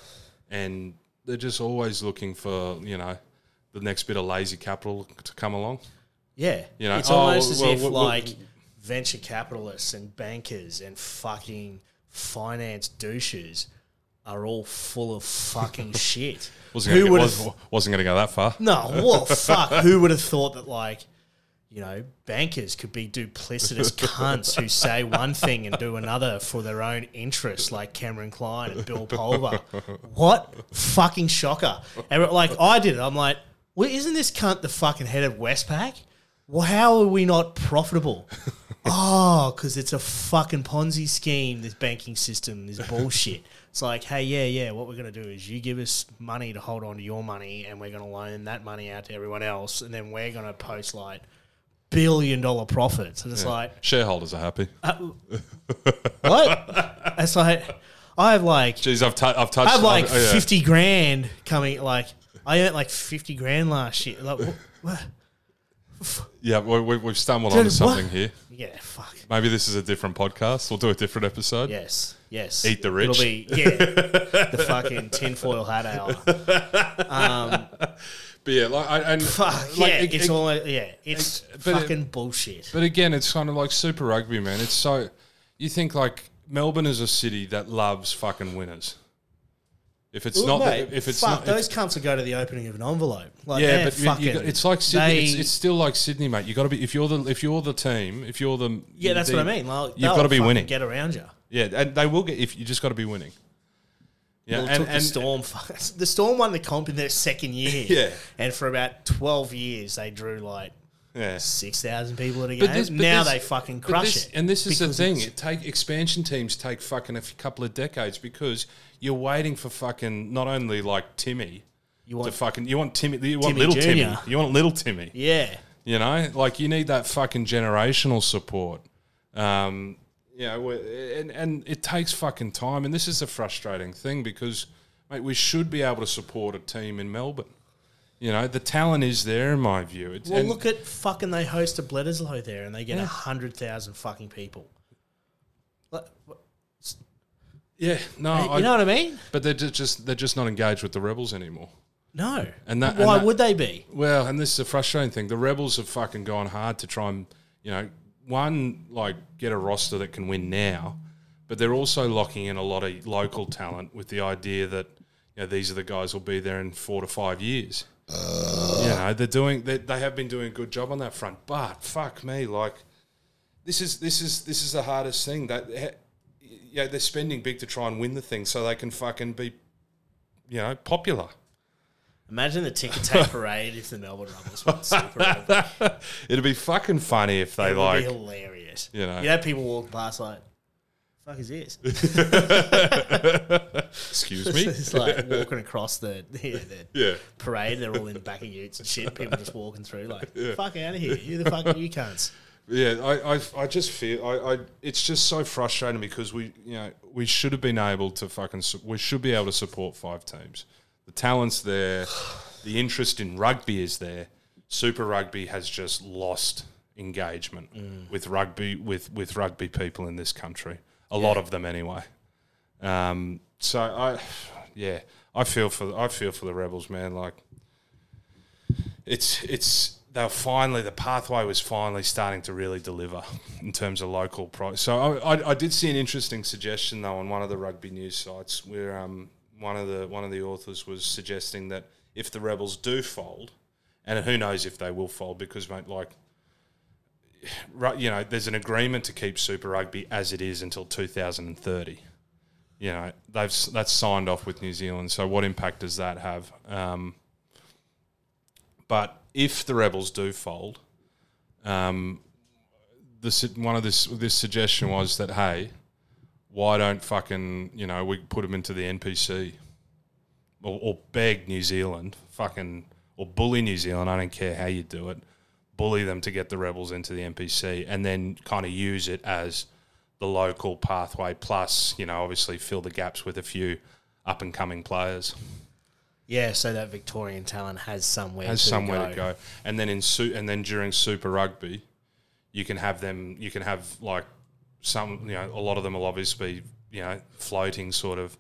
Speaker 2: And they're just always looking for, you know, the next bit of lazy capital to come along.
Speaker 1: Yeah.
Speaker 2: You know,
Speaker 1: it's
Speaker 2: oh,
Speaker 1: almost as
Speaker 2: well,
Speaker 1: if,
Speaker 2: well, well-
Speaker 1: like, venture capitalists and bankers and fucking finance douches are all full of fucking [LAUGHS] shit.
Speaker 2: Wasn't gonna
Speaker 1: Who
Speaker 2: get-
Speaker 1: would
Speaker 2: was-
Speaker 1: have
Speaker 2: wasn't going to go that far.
Speaker 1: No, well, fuck. Who would have thought that, like, you know, bankers could be duplicitous cunts who say one thing and do another for their own interests, like Cameron Klein and Bill Pulver? What fucking shocker! And like, I did it. I'm like, well, isn't this cunt the fucking head of Westpac? Well, how are we not profitable? Oh, because it's a fucking Ponzi scheme. This banking system
Speaker 2: [LAUGHS]
Speaker 1: is bullshit. It's like, hey, yeah, yeah. What we're gonna do is you give us money to hold on to your money, and we're gonna loan that money out to everyone else, and then we're gonna post like billion dollar profits. And it's like,
Speaker 2: Shareholders are happy.
Speaker 1: Uh,
Speaker 2: [LAUGHS]
Speaker 1: what? it's like, I have like,
Speaker 2: Jeez, I've, i I've touched.
Speaker 1: I have like
Speaker 2: I've- oh, yeah.
Speaker 1: fifty grand coming. Like, I earned like fifty grand last year. Like, what? what?
Speaker 2: Yeah, we, we, we've stumbled onto
Speaker 1: Dude,
Speaker 2: something
Speaker 1: what?
Speaker 2: here.
Speaker 1: Yeah, fuck.
Speaker 2: Maybe this is a different podcast. We'll do a different episode.
Speaker 1: Yes, yes.
Speaker 2: Eat the rich.
Speaker 1: It'll be
Speaker 2: [LAUGHS]
Speaker 1: yeah, the fucking tinfoil hat hour.
Speaker 2: But yeah, like, I,
Speaker 1: [LAUGHS]
Speaker 2: and
Speaker 1: Fuck
Speaker 2: like,
Speaker 1: yeah,
Speaker 2: it-
Speaker 1: it's
Speaker 2: it-
Speaker 1: all yeah, it's
Speaker 2: but it-
Speaker 1: fucking bullshit.
Speaker 2: But again, it's kind of like Super Rugby, man. It's so you think like Melbourne is a city that loves fucking winners. If it's not,
Speaker 1: Mate,
Speaker 2: if it's
Speaker 1: fuck,
Speaker 2: not, if-
Speaker 1: those cunts will go to the opening of an envelope. Like,
Speaker 2: yeah,
Speaker 1: they're
Speaker 2: but you- you
Speaker 1: fucking,
Speaker 2: got- it's like Sydney.
Speaker 1: they-
Speaker 2: it's, it's still like Sydney, mate. You got to be if you're the if you're the team, if you're the
Speaker 1: yeah, that's
Speaker 2: the-
Speaker 1: what I mean. Like,
Speaker 2: you've got to be winning.
Speaker 1: Get around you.
Speaker 2: yeah, and they will get if you just got to be winning. Yeah,
Speaker 1: Well, it
Speaker 2: and,
Speaker 1: took
Speaker 2: and-
Speaker 1: the storm. [LAUGHS] the storm won the comp in their second year.
Speaker 2: [LAUGHS] Yeah.
Speaker 1: and for about twelve years they drew like
Speaker 2: yeah.
Speaker 1: six thousand people at a game.
Speaker 2: this- but
Speaker 1: now
Speaker 2: this-
Speaker 1: they fucking
Speaker 2: but
Speaker 1: crush
Speaker 2: this-
Speaker 1: it.
Speaker 2: And this is the
Speaker 1: because
Speaker 2: thing:
Speaker 1: it's-
Speaker 2: it take expansion teams take fucking a f- couple of decades because you're waiting for fucking not only like Timmy
Speaker 1: You
Speaker 2: to
Speaker 1: want,
Speaker 2: fucking you want Timmy you want
Speaker 1: Timmy
Speaker 2: little Timmy
Speaker 1: Junior.
Speaker 2: you want little Timmy
Speaker 1: yeah,
Speaker 2: you know like you need that fucking generational support. Um, you know, we- and and it takes fucking time, and this is the frustrating thing because mate, we should be able to support a team in Melbourne. You know, the talent is there in my view. It's,
Speaker 1: well,
Speaker 2: and-
Speaker 1: look at fucking they hosted Bledisloe there, and they get a hundred thousand fucking people. Like,
Speaker 2: yeah, no,
Speaker 1: you
Speaker 2: I,
Speaker 1: know what I mean?
Speaker 2: But they're ju- just they're just not engaged with the rebels anymore.
Speaker 1: No.
Speaker 2: And that-
Speaker 1: why
Speaker 2: and that-
Speaker 1: would they be?
Speaker 2: Well, and this is a frustrating thing. The rebels have fucking gone hard to try and you know one like get a roster that can win now, but they're also locking in a lot of local talent with the idea that you know these are the guys who'll be there in four to five years. You know they're doing they, they have been doing a good job on that front, but fuck me, like this is this is this is the hardest thing that yeah they're spending big to try and win the thing so they can fucking be you know popular.
Speaker 1: Imagine the ticket
Speaker 2: [LAUGHS]
Speaker 1: tape parade if the Melbourne Rebels won Super Bowl.
Speaker 2: [LAUGHS] It'd be fucking funny if they
Speaker 1: It would be
Speaker 2: like.
Speaker 1: hilarious.
Speaker 2: you know.
Speaker 1: you know, people walk past like, "Fuck is this?" [LAUGHS]
Speaker 2: Excuse me.
Speaker 1: it's
Speaker 2: [LAUGHS]
Speaker 1: like walking across the, yeah, the
Speaker 2: Yeah.
Speaker 1: parade. They're all in the back of utes and shit. People just walking through like, "Fuck out of here! You the fucking you cunts."
Speaker 2: Yeah, I, I, I just feel I, I, it's just so frustrating because we, you know, we should have been able to fucking, su- we should be able to support five teams. The
Speaker 1: [SIGHS]
Speaker 2: talent's there, the interest in rugby is there. Super Rugby has just lost engagement
Speaker 1: Mm.
Speaker 2: with rugby with with rugby people in this country. A lot of them, anyway. Um, so I, [SIGHS] yeah, I feel for I feel for the rebels, man. Like it's it's they were finally the pathway was finally starting to really deliver in terms of local price. So I, I, I did see an interesting suggestion though on one of the rugby news sites where um one of the one of the authors was suggesting that if the rebels do fold, and who knows if they will fold because mate like. ru- You know, there's an agreement to keep Super Rugby as it is until 2030 you know they've s- that's signed off with New Zealand. So what impact does that have? Um, but if the rebels do fold, um, the su- one of this this suggestion was that hey, why don't fucking you know we put them into the NPC or, or beg New Zealand fucking or bully New Zealand. I don't care how you do it. Bully them to get the rebels into the NPC and then kind of use it as the local pathway. Plus, you know, obviously fill the gaps with a few up and coming players.
Speaker 1: Yeah, so that Victorian talent has somewhere
Speaker 2: Has
Speaker 1: to
Speaker 2: somewhere
Speaker 1: go.
Speaker 2: to go, and then in su- and then during Super Rugby, you can have them. You can have like some. You know, a lot of them will obviously be you know floating sort of,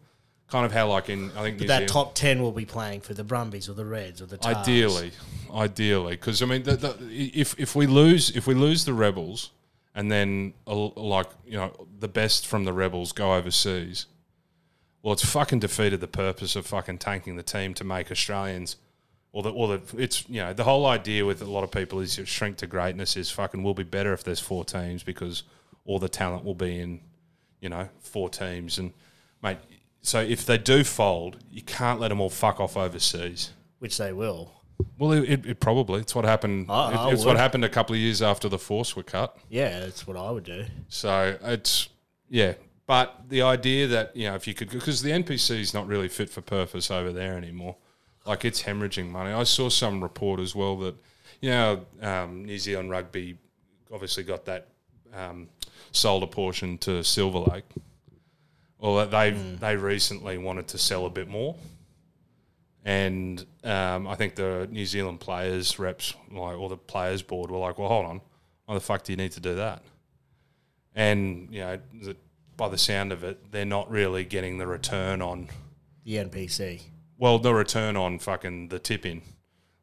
Speaker 2: kind of how like in I think New
Speaker 1: That
Speaker 2: Zealand-
Speaker 1: top ten will be playing for the Brumbies or the Reds or the Tars.
Speaker 2: Ideally, ideally, because I mean, the, the, if if we lose if we lose the rebels, and then uh, like you know the best from the rebels go overseas, well, it's fucking defeated the purpose of fucking tanking the team to make Australians, or the or the it's you know the whole idea with a lot of people is you shrink to greatness is fucking will be better if there's four teams because all the talent will be in you know, four teams. And, mate, so if they do fold, you can't let them all fuck off overseas.
Speaker 1: which they will.
Speaker 2: Well, it, it, it probably. It's what happened.
Speaker 1: I- I
Speaker 2: it- it's
Speaker 1: would.
Speaker 2: what happened a couple of years after the force were cut.
Speaker 1: Yeah, that's what I would do.
Speaker 2: So it's, yeah. But the idea that, you know, if you could, because the NPC is not really fit for purpose over there anymore. Like it's hemorrhaging money. I saw some report as well that, you know, um, New Zealand rugby obviously got that um, sold a portion to Silver Lake. Well, that they they recently wanted to sell a bit more, and um, I think the New Zealand players reps like or the players board were like, "Well, hold on, why the fuck do you need to do that?" And you know, the, by the sound of it, they're not really getting the return on
Speaker 1: The NPC.
Speaker 2: well, the return on fucking the tip in,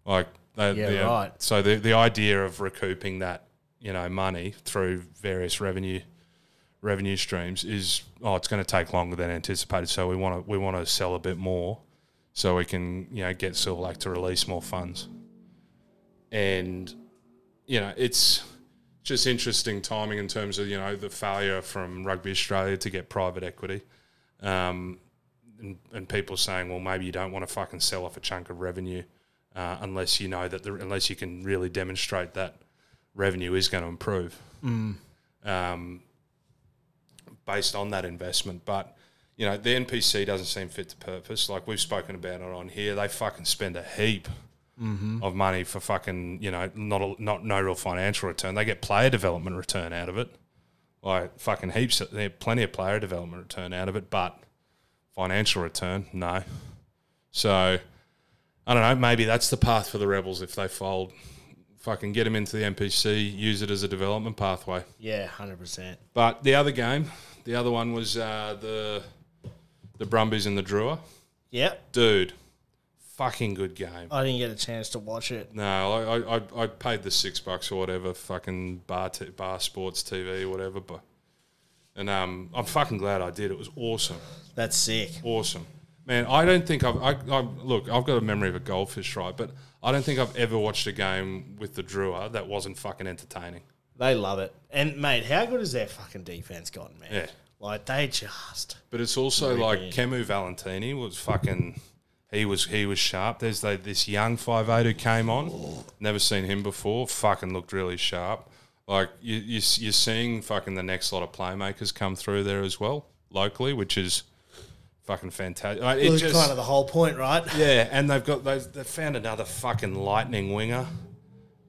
Speaker 2: like they,
Speaker 1: Yeah,
Speaker 2: they-
Speaker 1: right.
Speaker 2: So the the idea of recouping that you know money through various revenue revenue streams is oh it's going to take longer than anticipated so we want to we want to sell a bit more so we can you know get Silver Lake to release more funds and you know it's just interesting timing in terms of you know the failure from Rugby Australia to get private equity um, and, and people saying well maybe you don't want to fucking sell off a chunk of revenue uh, unless you know that the, unless you can really demonstrate that revenue is going to improve um, based on that investment. But you know, the NPC doesn't seem fit to purpose. Like we've spoken about it on here, they fucking spend a heap of money for fucking you know not a, not no real financial return. They get player development return out of it, like fucking heaps. Of, they have plenty of player development return out of it, but financial return no. So I don't know. Maybe that's the path for the rebels if they fold. Fucking get them into the NPC, use it as a development pathway.
Speaker 1: Yeah, hundred percent.
Speaker 2: But the other game, the other one was uh, the the Brumbies and the Drua.
Speaker 1: Yep.
Speaker 2: Dude, fucking good game.
Speaker 1: I didn't get a chance to watch it.
Speaker 2: No, I, I- I, I paid the six bucks or whatever, fucking bar t- bar sports TV or whatever. But and um, I'm fucking glad I did. It was awesome,
Speaker 1: That's sick.
Speaker 2: awesome, man. I don't think I've I, I, look. I've got a memory of a goldfish, right? But I don't think I've ever watched a game with the Drua that wasn't fucking entertaining.
Speaker 1: They love it. And mate, how good is their fucking defense gotten, man?
Speaker 2: Yeah.
Speaker 1: Like they just
Speaker 2: But it's also like Camu Valentini was fucking. He was he was sharp. There's the, this young five eight who came on. Never seen him before. Fucking looked really sharp. Like you, you you're seeing fucking the next lot of playmakers come through there as well locally, which is fucking fantastic. Like, it
Speaker 1: was
Speaker 2: just-
Speaker 1: kind of the whole point, right?
Speaker 2: yeah, and they've got they've, they found another fucking lightning winger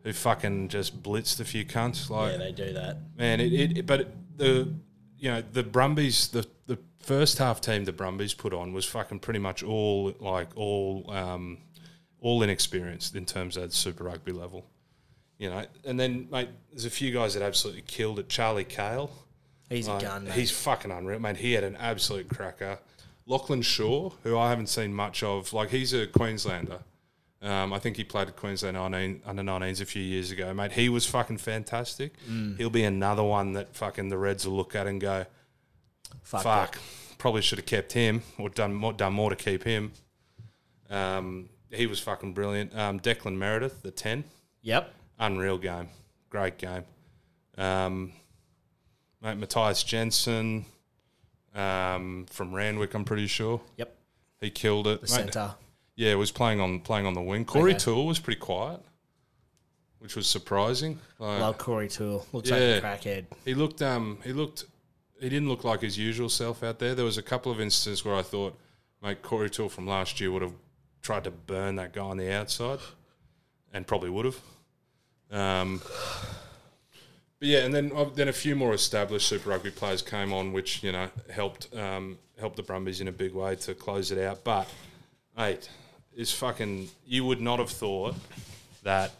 Speaker 2: who fucking just blitzed a few cunts.
Speaker 1: [LAUGHS]
Speaker 2: Like
Speaker 1: Yeah, they do that.
Speaker 2: man. It, it, it- but it- the you know the Brumbies the the first half team the Brumbies put on was fucking pretty much all like all um, all inexperienced in terms of Super Rugby level, you know. And then mate, there's a few guys that absolutely killed it. Charlie Kale,
Speaker 1: He's
Speaker 2: like,
Speaker 1: a gun. Mate.
Speaker 2: he's fucking unreal, man. He had an absolute cracker. Lachlan Shaw, who I haven't seen much of, like he's a Queenslander. Um, I think he played at Queensland 19, under 19s a few years ago, mate. He was fucking fantastic. He'll be another one that fucking the Reds will look at and go,
Speaker 1: fuck.
Speaker 2: fuck, probably should have kept him or done more, done more to keep him. Um, he was fucking brilliant. Um, Declan Meredith, the 10,
Speaker 1: Yep.
Speaker 2: unreal game, great game. Um, mate, Matthias Jensen um, from Randwick, I'm pretty sure
Speaker 1: Yep.
Speaker 2: he killed it.
Speaker 1: The
Speaker 2: Mate,
Speaker 1: center.
Speaker 2: yeah, was playing on playing on the wing. Corey
Speaker 1: Okay.
Speaker 2: Toole was pretty quiet, which was surprising. Like,
Speaker 1: Love Corey Tool. Looks
Speaker 2: Yeah.
Speaker 1: like a crackhead.
Speaker 2: he looked um he looked he didn't look like his usual self out there. There was a couple of instances where I thought, mate, Corey Toole from last year would have tried to burn that guy on the outside, and probably would have. Um, but yeah, and then uh, then a few more established Super Rugby players came on, which you know helped um, helped the Brumbies in a big way to close it out. But mate, it's fucking you would not have thought that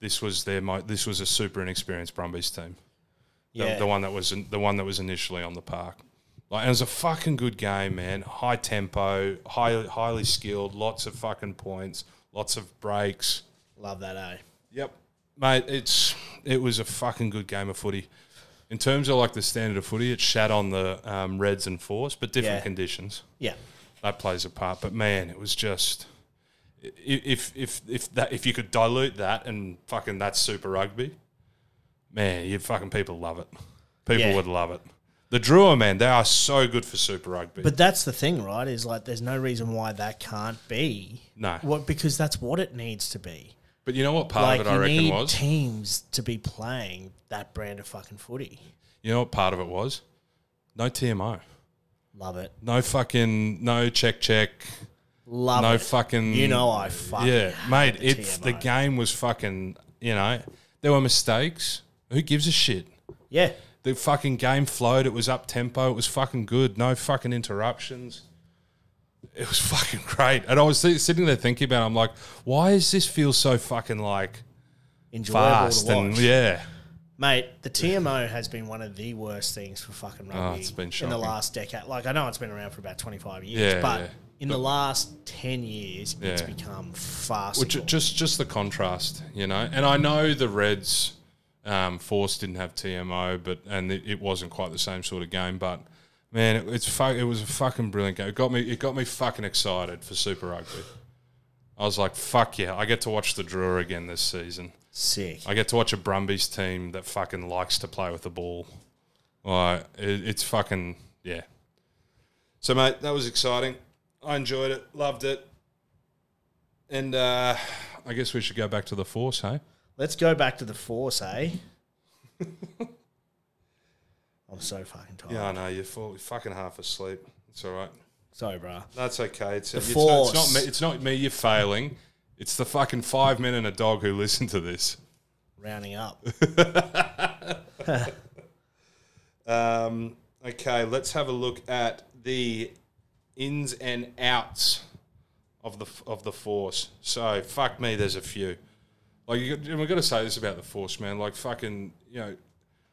Speaker 2: this was their mo- this was a super inexperienced Brumbies team the,
Speaker 1: Yeah.
Speaker 2: the one that was the one that was initially on the park. Like, it was a fucking good game, man. High tempo, high, highly skilled, lots of fucking points, lots of breaks.
Speaker 1: Love that, eh?
Speaker 2: Yep, mate. It's it was a fucking good game of footy. In terms of like the standard of footy, it shat on the um, Reds and Force, but different
Speaker 1: Yeah.
Speaker 2: conditions
Speaker 1: Yeah.
Speaker 2: that plays a part. But man, it was just i- if if if that if you could dilute that and fucking that's Super Rugby, man, you fucking people love it. People
Speaker 1: Yeah.
Speaker 2: would love it. The Drua man, they are so good for Super Rugby.
Speaker 1: But that's the thing, right? Is like there's no reason why that can't be.
Speaker 2: No.
Speaker 1: What because that's what it needs to be.
Speaker 2: but you know what part
Speaker 1: Like
Speaker 2: of it I
Speaker 1: you
Speaker 2: reckon
Speaker 1: need
Speaker 2: was?
Speaker 1: teams to be playing that brand of fucking footy.
Speaker 2: You know what part of it was? No TMO.
Speaker 1: Love it.
Speaker 2: No fucking no check check.
Speaker 1: Love
Speaker 2: No
Speaker 1: it.
Speaker 2: fucking
Speaker 1: you know I fucking
Speaker 2: Yeah, mate,
Speaker 1: the
Speaker 2: it's the
Speaker 1: TMO.
Speaker 2: game was fucking, you know, there were mistakes. Who gives a shit?
Speaker 1: yeah.
Speaker 2: The fucking game flowed. It was up tempo. It was fucking good. No fucking interruptions. It was [LAUGHS] fucking great. And I was sit- sitting there thinking about. It, I'm like, why does this feel so fucking like
Speaker 1: Enjoyable
Speaker 2: fast
Speaker 1: to watch.
Speaker 2: and yeah,
Speaker 1: Mate, the TMO has been one of the worst things for fucking rugby
Speaker 2: Ah, it's been
Speaker 1: in
Speaker 2: shocking.
Speaker 1: the last decade. Like, I know it's been around for about 25 years,
Speaker 2: Yeah,
Speaker 1: but
Speaker 2: yeah.
Speaker 1: in the last 10 years, it's
Speaker 2: Yeah.
Speaker 1: become fast.
Speaker 2: Ju- just just the contrast, you know. And I know the Reds Um, Force didn't have TMO, but and it, it wasn't quite the same sort of game. But man, it, it's fu- it was a fucking brilliant game. It got me it got me fucking excited for Super Rugby. I was like, fuck yeah, I get to watch the draw again this season.
Speaker 1: Sick.
Speaker 2: I get to watch a Brumbies team that fucking likes to play with the ball. Like it, it's fucking yeah. So mate, that was exciting. I enjoyed it, loved it, and uh, I guess we should go back to the force, hey?
Speaker 1: Let's go back to the force, eh? [LAUGHS] I'm so fucking tired.
Speaker 2: Yeah, I know you're, full, you're fucking half asleep. It's all right.
Speaker 1: Sorry, bruh.
Speaker 2: That's okay. It's, it's,
Speaker 1: force.
Speaker 2: Not, it's not me. It's not me. You're failing. It's the fucking five men and a dog who listen to this.
Speaker 1: Rounding up.
Speaker 2: Um, okay, let's have a look at the ins and outs of the of the force. So fuck me, there's a few. Like you, got- and we're gonna say this about the force, man. Like fucking, you know,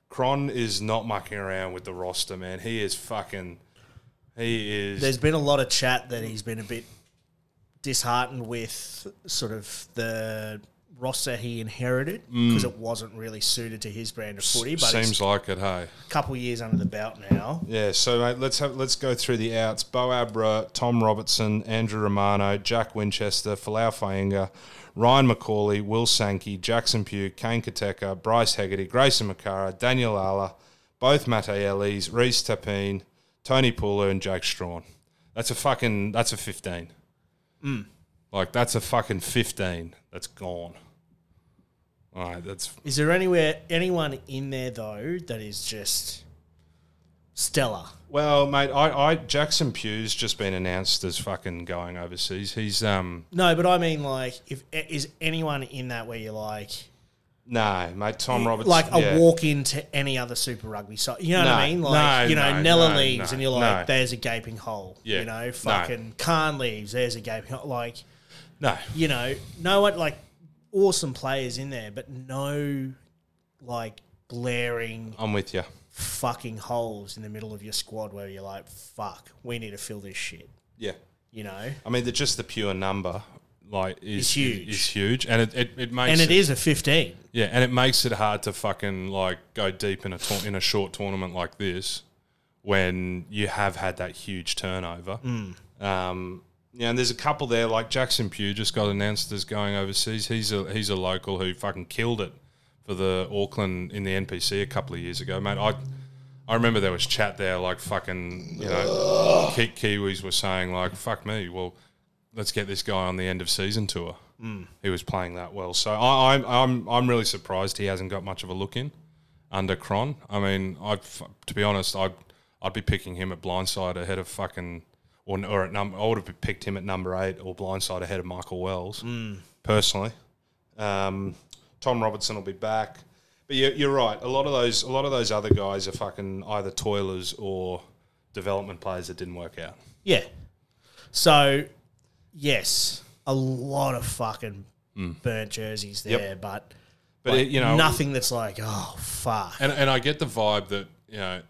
Speaker 2: Cron is not mucking around with the roster, man. He is fucking. He is.
Speaker 1: There's been a lot of chat that he's been a bit disheartened with sort of the roster he inherited because it wasn't really suited to his brand of footy. But
Speaker 2: seems
Speaker 1: it's
Speaker 2: like it, hey.
Speaker 1: a couple years under the belt now.
Speaker 2: Yeah, so mate, let's have let's go through the outs: Bo Abra, Tom Robertson, Andrew Romano, Jack Winchester, Falau Fainga, Ryan McCauley, Will Sankey, Jackson Pugh, Kane Kateka, Bryce Haggerty, Grayson Makara, Daniel Ala, both Mateelis, Reese Tapine, Tony Pulu, and Jake Strawn. That's a fucking that's a fifteen. Like that's a fucking fifteen. That's gone. All right, that's
Speaker 1: Is there anywhere anyone in there though that is just stellar?
Speaker 2: well, mate. I, I Jackson Pugh's just been announced as fucking going overseas. He's um.
Speaker 1: No, but I mean like if eh, is anyone in that where you're like
Speaker 2: No, mate. Tom Robertson,
Speaker 1: like a
Speaker 2: yeah.
Speaker 1: walk into any other Super Rugby side. You know what I
Speaker 2: No,
Speaker 1: mean? Like
Speaker 2: no,
Speaker 1: you know,
Speaker 2: no,
Speaker 1: Nella
Speaker 2: no,
Speaker 1: leaves,
Speaker 2: no,
Speaker 1: and you're like,
Speaker 2: no.
Speaker 1: there's a gaping hole.
Speaker 2: Yeah,
Speaker 1: You know,
Speaker 2: no.
Speaker 1: fucking Khan leaves, there's a gaping hole. Like
Speaker 2: No,
Speaker 1: you know, no one like awesome players in there, but no like blaring
Speaker 2: I'm with you.
Speaker 1: fucking holes in the middle of your squad where you're like, fuck, we need to fill this shit.
Speaker 2: Yeah,
Speaker 1: You know,
Speaker 2: I mean, the, just the pure number, like, is
Speaker 1: It's huge.
Speaker 2: Is huge, and it, it, it makes
Speaker 1: and it is a 15.
Speaker 2: yeah, and it makes it hard to fucking like go deep in a tour- in a short tournament like this when you have had that huge turnover. Um, yeah, and there's a couple there like Jackson Pugh just got announced as going overseas. He's a he's a local who fucking killed it for the Auckland in the NPC a couple of years ago, mate. I I remember there was chat there like fucking you know Ki- Kiwis were saying like fuck me, well let's get this guy on the end of season tour. Mm. He was playing that well, so I, I'm I'm I'm really surprised he hasn't got much of a look in under Cron. I mean, I to be honest, I'd I'd be picking him at blindside ahead of fucking or, or at number. I would have picked him at number eight or blindside ahead of Michael Wells personally. Um, Tom Robertson will be back, but you're, you're right. A lot of those a lot of those other guys are fucking either toilers or development players that didn't work out.
Speaker 1: Yeah. So, yes, a lot of fucking
Speaker 2: Mm.
Speaker 1: burnt jerseys there, but
Speaker 2: But it, you know,
Speaker 1: nothing that's like, oh, fuck.
Speaker 2: And and I get the vibe that you know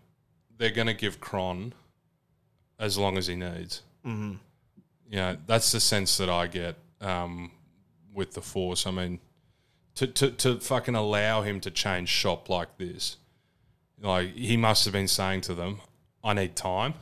Speaker 2: they're going to give Cron as long as he needs. Mm-hmm. You know, that's the sense that I get um, with the Force. I mean, to, to to fucking allow him to change shop like this, like he must have been saying to them, "I need time."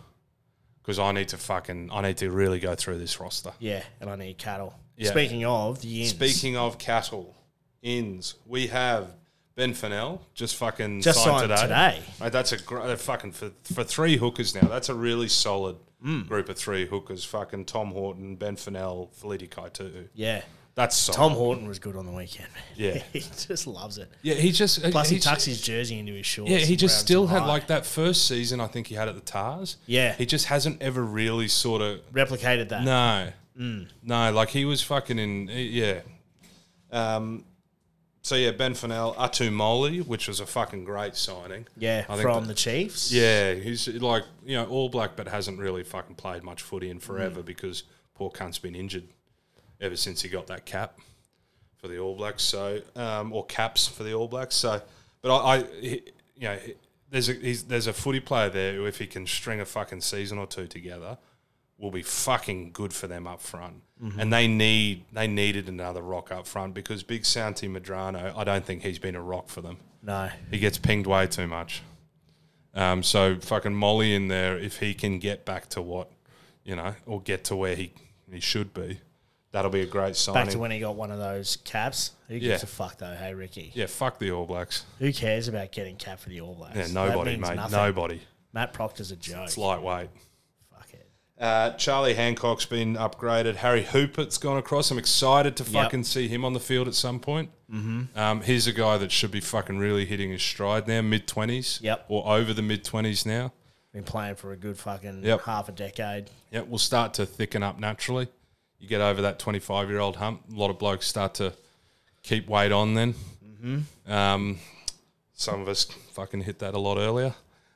Speaker 2: Because I need to fucking, I need to really go through this roster.
Speaker 1: Yeah, and I need cattle.
Speaker 2: Yeah.
Speaker 1: Speaking of the ins,
Speaker 2: Speaking of cattle, ins, we have Ben Fennell just fucking
Speaker 1: just
Speaker 2: signed
Speaker 1: signed today.
Speaker 2: Mate, that's a gr- uh, fucking for for three hookers now. That's a really solid
Speaker 1: Mm.
Speaker 2: group of three hookers. Fucking Tom Horton, Ben Fennell, Feliti Kaitu.
Speaker 1: Yeah.
Speaker 2: That's solid.
Speaker 1: Tom Horton was good on the weekend, man.
Speaker 2: Yeah.
Speaker 1: [LAUGHS] he just loves it.
Speaker 2: Yeah, he just
Speaker 1: Plus, he
Speaker 2: he's-
Speaker 1: tucks his jersey into his shorts.
Speaker 2: Yeah, he
Speaker 1: and
Speaker 2: just
Speaker 1: grabs
Speaker 2: still
Speaker 1: the
Speaker 2: had
Speaker 1: high.
Speaker 2: like that first season. I think he had at the Tars.
Speaker 1: Yeah.
Speaker 2: he just hasn't ever really sort of
Speaker 1: replicated that.
Speaker 2: no,
Speaker 1: Mm.
Speaker 2: no. Like he was fucking in yeah. Um, so yeah, Ben Fennell, Atu Moli, which was a fucking great signing.
Speaker 1: Yeah,
Speaker 2: I think
Speaker 1: from
Speaker 2: that-
Speaker 1: the Chiefs.
Speaker 2: Yeah, he's like you know all black, but hasn't really fucking played much footy in forever because poor cunt's been injured ever since he got that cap for the All Blacks. So um, or caps for the All Blacks. So, but I, I he, you know, he- there's a he's, there's a footy player there who, if he can string a fucking season or two together, will be fucking good for them up front. And they need they needed another rock up front because big Santi Medrano, I don't think he's been a rock for them.
Speaker 1: No.
Speaker 2: He gets pinged way too much. Um, so fucking Molly in there, if he can get back to what, you know, or get to where he, he should be, that'll be a great signing.
Speaker 1: Back to when he got one of those caps. Who gives
Speaker 2: Yeah.
Speaker 1: a fuck though? Hey Ricky,
Speaker 2: yeah, fuck the All Blacks.
Speaker 1: who cares about getting cap for the All Blacks?
Speaker 2: Yeah,
Speaker 1: That
Speaker 2: nobody,
Speaker 1: means
Speaker 2: mate.
Speaker 1: nothing.
Speaker 2: Nobody.
Speaker 1: Matt Proctor's a joke.
Speaker 2: It's lightweight.
Speaker 1: Fuck it.
Speaker 2: Uh, Charlie Hancock's been upgraded. Harry Hoopert's gone across. I'm excited to fucking see him on the field at some point. Mm-hmm. Um, he's a guy that should be fucking really hitting his stride now, mid 20s.
Speaker 1: Yep.
Speaker 2: Or over the mid 20s now.
Speaker 1: Been playing for a good fucking
Speaker 2: Yep.
Speaker 1: half a decade.
Speaker 2: Yeah, we'll start to thicken up naturally. You get over that 25 year old hump. A lot of blokes start to keep weight on then. Mm-hmm. Um, some of us fucking hit that a lot earlier. [LAUGHS]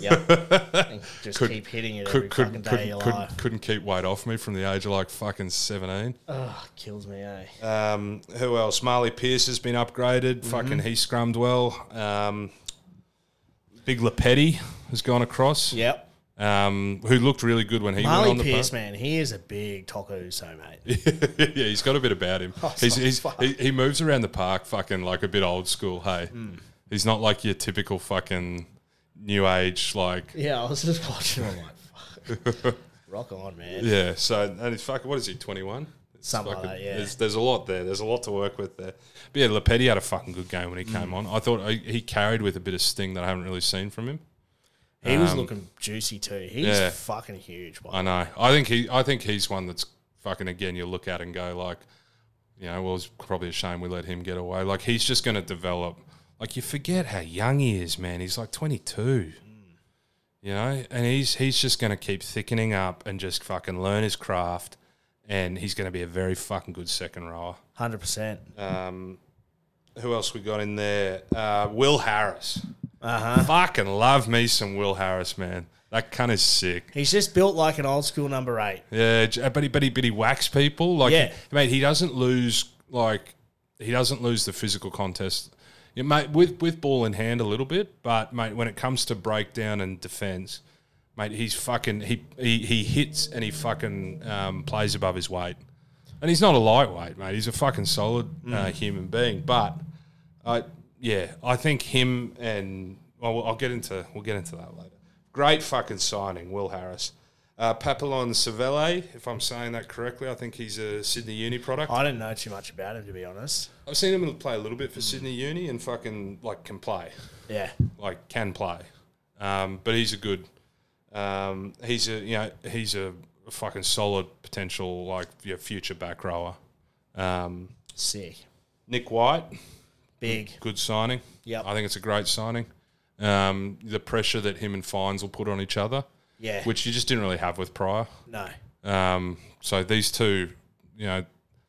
Speaker 1: Yep. And just keep hitting it every fucking day of your
Speaker 2: couldn't,
Speaker 1: life.
Speaker 2: couldn't keep weight off me from the age of like fucking 17.
Speaker 1: Ugh, kills me, eh?
Speaker 2: Um, who else? Marley Pierce has been upgraded.
Speaker 1: Mm-hmm.
Speaker 2: Fucking he scrummed well. Um, Big Lepetti has gone across.
Speaker 1: Yep.
Speaker 2: Um, who looked really good when he went on
Speaker 1: Marley
Speaker 2: the
Speaker 1: Pierce,
Speaker 2: park.
Speaker 1: man, he is a big taco so
Speaker 2: [LAUGHS]
Speaker 1: mate.
Speaker 2: yeah, he's got a bit about him. he's,
Speaker 1: Oh, so
Speaker 2: he's, he, he moves around the park fucking like a bit old school, hey.
Speaker 1: Hmm.
Speaker 2: He's not like your typical fucking new age, like,
Speaker 1: Yeah, I was just watching. I'm like, fuck. Rock on, man.
Speaker 2: yeah. So, and he's fucking, what is he, 21? It's
Speaker 1: Something like
Speaker 2: fucking-
Speaker 1: that, Oh, yeah.
Speaker 2: There's, there's a lot there. There's a lot to work with there. But yeah, Lepetti had a fucking good game when
Speaker 1: Hmm.
Speaker 2: he came on. I thought he- he carried with a bit of sting that I haven't really seen from him.
Speaker 1: He was looking juicy too. He's
Speaker 2: um, yeah.
Speaker 1: fucking huge. One.
Speaker 2: I know. I think he. I think he's one that's fucking again. You look at and go like, you know, well, it's probably a shame we let him get away. Like he's just going to develop. Like you forget how young he is, man. He's like twenty two. You know, and he's he's just going to keep thickening up and just fucking learn his craft, and he's going to be a very fucking good second rower.
Speaker 1: Hundred percent.
Speaker 2: Um, Who else we got in there? Uh, Will Harris. Uh-huh. Fucking love me some Will Harris, man. That cunt is sick.
Speaker 1: He's just built like an old school number eight.
Speaker 2: Yeah, j- uh, but he, but he, but he whacks people. Like,
Speaker 1: Yeah.
Speaker 2: he, mate, he doesn't lose. Like, he doesn't lose the physical contest. Yeah, mate, with with ball in hand a little bit, but mate, when it comes to breakdown and defense, mate, he's fucking he he, he hits and he fucking um, plays above his weight, and he's not a lightweight, mate. He's a fucking solid uh, human being, but. I yeah, I think him and well, we'll- I'll get into we'll get into that later. Great fucking signing, Will Harris. Uh, Papillon Savelle, if I'm saying that correctly, I think he's a Sydney Uni product.
Speaker 1: I didn't know too much about him to be honest.
Speaker 2: I've seen him play a little bit for Sydney Uni and fucking like can play,
Speaker 1: Yeah.
Speaker 2: like can play. Um, but he's a good, um, he's a you know he's a fucking solid potential like yeah, future back rower. Um,
Speaker 1: Sick.
Speaker 2: Nick White,
Speaker 1: Big.
Speaker 2: good signing.
Speaker 1: Yep.
Speaker 2: I think it's a great signing. Um, the pressure that him and Fines will put on each other,
Speaker 1: Yeah.
Speaker 2: which you just didn't really have with Pryor.
Speaker 1: no.
Speaker 2: Um, so these two, you know,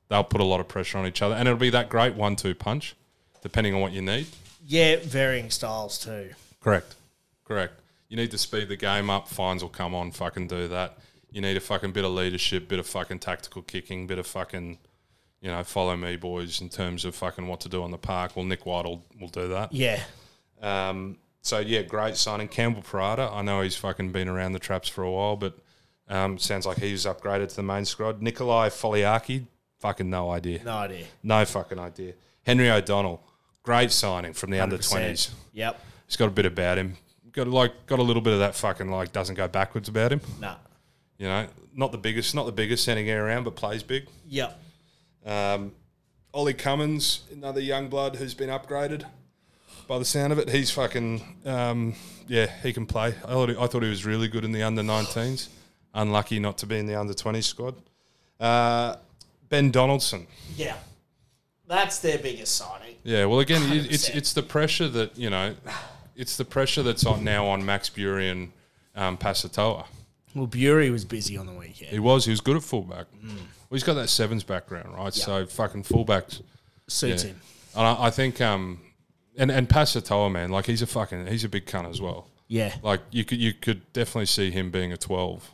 Speaker 2: they'll put a lot of pressure on each other, and it'll be that great one-two punch, depending on what you need.
Speaker 1: Yeah, varying styles too.
Speaker 2: Correct. Correct. You need to speed the game up. Fines will come on, fucking do that. You need a fucking bit of leadership, bit of fucking tactical kicking, bit of fucking, you know, follow me, boys, in terms of fucking what to do on the park. Well, Nick White will, will do that.
Speaker 1: Yeah.
Speaker 2: Um, so yeah, great signing. Campbell Parada, I know he's fucking been around the traps for a while, but um, sounds like he was upgraded to the main squad. Nikolai Foliaki, fucking no idea,
Speaker 1: No idea.
Speaker 2: no fucking idea. Henry O'Donnell, great signing from the under twenties.
Speaker 1: Yep.
Speaker 2: He's got a bit about him. Got like got a little bit of that fucking like doesn't go backwards about him.
Speaker 1: Nah.
Speaker 2: You know, not the biggest, not the biggest sending air around, but plays big.
Speaker 1: Yep.
Speaker 2: Um, Ollie Cummins, another young blood who's been upgraded. By the sound of it, he's fucking um, yeah, he can play. I thought he, I thought he was really good in the under 19s. Unlucky not to be in the under 20s squad. Uh, ben Donaldson,
Speaker 1: Yeah. That's their biggest signing.
Speaker 2: yeah. Well, again, it- it's
Speaker 1: 100%.
Speaker 2: it's the pressure that you know, it's the pressure that's on now on Max Bury and um, Pasatoa.
Speaker 1: Well, Bury was busy on the
Speaker 2: He
Speaker 1: weekend.
Speaker 2: was he was good at fullback. Well, he's got that sevens background, right? So fucking fullbacks.
Speaker 1: Suits
Speaker 2: Yeah.
Speaker 1: him.
Speaker 2: And I, I think, um, and and Pasatoa, man, like he's a fucking he's a big cunt as well.
Speaker 1: Yeah.
Speaker 2: Like you could you could definitely see him being a twelve,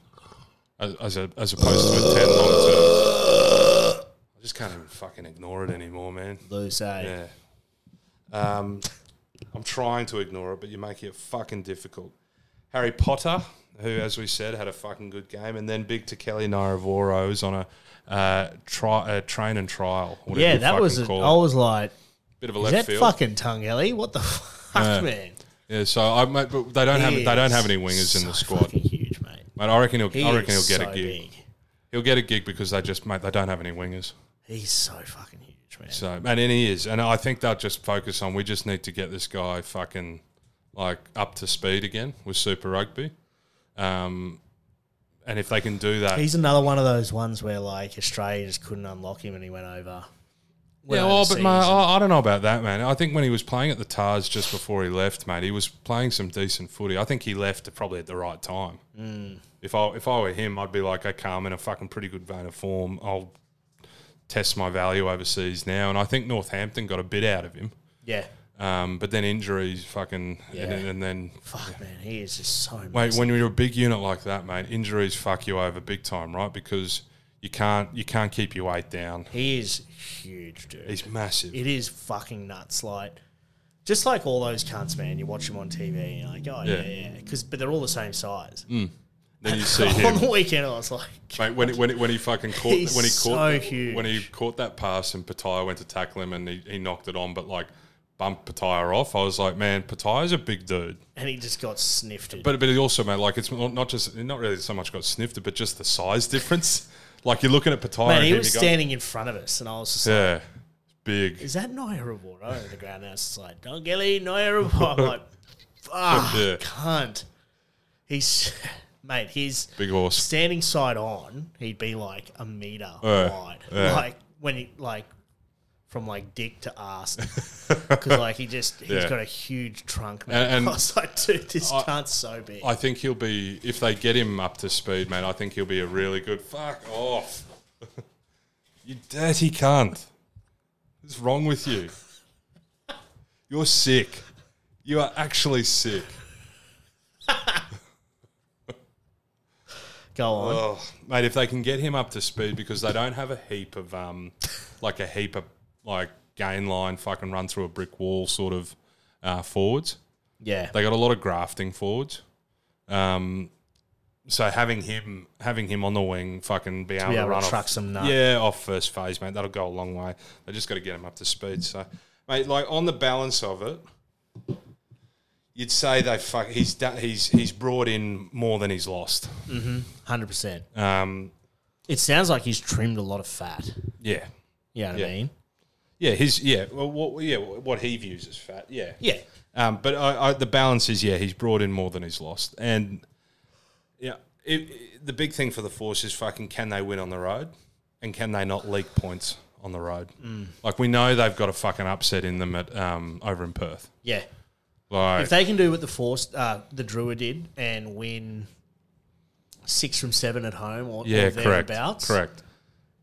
Speaker 2: as as, a, as opposed to a ten long term. I just can't even fucking ignore it anymore, man.
Speaker 1: Loose, eh?
Speaker 2: Yeah. Um, I'm trying to ignore it, but you're making it fucking difficult. Harry Potter, who, as we said, had a fucking good game, and then big to Kelly Naravoro's on a uh, tri- uh, train and trial. whatever
Speaker 1: yeah,
Speaker 2: you
Speaker 1: that
Speaker 2: fucking
Speaker 1: was. A,
Speaker 2: call
Speaker 1: I
Speaker 2: it.
Speaker 1: was like,
Speaker 2: bit of a
Speaker 1: is
Speaker 2: left
Speaker 1: that
Speaker 2: field.
Speaker 1: fucking tongue, Ellie? What the [LAUGHS] fuck, man?
Speaker 2: Yeah, so I mate, but they don't have
Speaker 1: He
Speaker 2: they don't
Speaker 1: is
Speaker 2: have any wingers in the
Speaker 1: so
Speaker 2: squad.
Speaker 1: Fucking huge, mate.
Speaker 2: Mate, I reckon he'll
Speaker 1: He
Speaker 2: I reckon he'll
Speaker 1: is
Speaker 2: get
Speaker 1: so
Speaker 2: a gig.
Speaker 1: big.
Speaker 2: He'll get a gig because they just mate they don't have any wingers.
Speaker 1: He's so fucking huge, man.
Speaker 2: So and then he is, and I think they'll just focus on we just need to get this guy fucking like up to speed again with Super Rugby. Um, and if they can do that,
Speaker 1: He's another one of those ones where like Australia just couldn't unlock him and he went over. went
Speaker 2: Yeah, well, oh, but
Speaker 1: overseas
Speaker 2: mate,
Speaker 1: and-
Speaker 2: I, I don't know about that, man. I think when he was playing at the Tars just before he left, mate, he was playing some decent footy. I think he left probably at the right time. If I if I were him, I'd be like, okay, I'm in a fucking pretty good vein of form. I'll test my value overseas now. And I think Northampton got a bit out of him,
Speaker 1: yeah.
Speaker 2: um, but then injuries, fucking, and, then-
Speaker 1: Yeah.
Speaker 2: and then
Speaker 1: Fuck man, he is just so
Speaker 2: Mate,
Speaker 1: massive.
Speaker 2: when you're a big unit like that, mate, injuries fuck you over big time, right? Because you can't you can't keep your weight down.
Speaker 1: He is huge, dude.
Speaker 2: He's massive.
Speaker 1: it is fucking nuts. Like, just like all those cunts, man. You watch them on TV, and you're like, oh yeah,
Speaker 2: Yeah. Mm.
Speaker 1: yeah, because but they're all the same size.
Speaker 2: then
Speaker 1: [LAUGHS]
Speaker 2: you see him.
Speaker 1: on the weekend, I was like,
Speaker 2: Mate, when, when, when he fucking caught
Speaker 1: He's
Speaker 2: when he
Speaker 1: so
Speaker 2: caught
Speaker 1: huge.
Speaker 2: when he caught that pass and Pataya went to tackle him and he, he knocked it on, but like bumped Pataya off. I was like, man, Pataya's a big dude,
Speaker 1: and he just got sniffed. at.
Speaker 2: but but he also mate, like it's not not just not really so much got sniffed, but just the size difference. like you're looking at Pataya,
Speaker 1: man,
Speaker 2: and
Speaker 1: he
Speaker 2: him,
Speaker 1: was
Speaker 2: you go,
Speaker 1: standing in front of us, and I was just like,
Speaker 2: yeah, big,
Speaker 1: is that Naya Reward on the ground? And I was just like, Don Gelly, Naya Reward. I'm like, fuck,
Speaker 2: [LAUGHS] Yeah.
Speaker 1: cunt. He's, [LAUGHS] mate, he's
Speaker 2: big horse.
Speaker 1: standing side on, he'd be like a meter
Speaker 2: Yeah,
Speaker 1: wide,
Speaker 2: yeah.
Speaker 1: like when he like from like dick to [LAUGHS] ass, because like he just he's
Speaker 2: Yeah.
Speaker 1: got a huge trunk. Man.
Speaker 2: And-
Speaker 1: [LAUGHS]
Speaker 2: and
Speaker 1: I was like, dude, this cunt's so big.
Speaker 2: I think he'll be if they get him up to speed, mate. I think he'll be a really good. Fuck off, [LAUGHS] you dirty cunt! What's wrong with you? You're sick. You are actually sick.
Speaker 1: Go on.
Speaker 2: Oh, mate, if they can get him up to speed because they don't have a heap of um, like a heap of like gain line fucking run through a brick wall sort of uh, forwards.
Speaker 1: yeah,
Speaker 2: They got a lot of grafting forwards. Um, so having him having him on the wing, fucking be able
Speaker 1: be
Speaker 2: to,
Speaker 1: able
Speaker 2: run
Speaker 1: to
Speaker 2: off,
Speaker 1: truck some nut.
Speaker 2: yeah, off first phase, mate. That'll go a long way. They just got to get him up to speed. So, mate, like on the balance of it, you'd say they fuck. He's da- he's he's brought in more than he's lost.
Speaker 1: hundred percent.
Speaker 2: Um,
Speaker 1: It sounds like he's trimmed a lot of fat.
Speaker 2: yeah,
Speaker 1: You know what I
Speaker 2: Yeah.
Speaker 1: mean?
Speaker 2: yeah, his yeah, well, what yeah, what he views as fat. Yeah,
Speaker 1: Yeah,
Speaker 2: Um, but I, I, the balance is, yeah, he's brought in more than he's lost, and yeah, it, it- the big thing for the force is fucking can they win on the road, and can they not leak points on the road? Like we know they've got a fucking upset in them at um, over in Perth.
Speaker 1: yeah.
Speaker 2: Like
Speaker 1: If they can do what the force, uh, the Drua did, and win six from seven at home or,
Speaker 2: yeah,
Speaker 1: or
Speaker 2: correct,
Speaker 1: thereabouts,
Speaker 2: correct.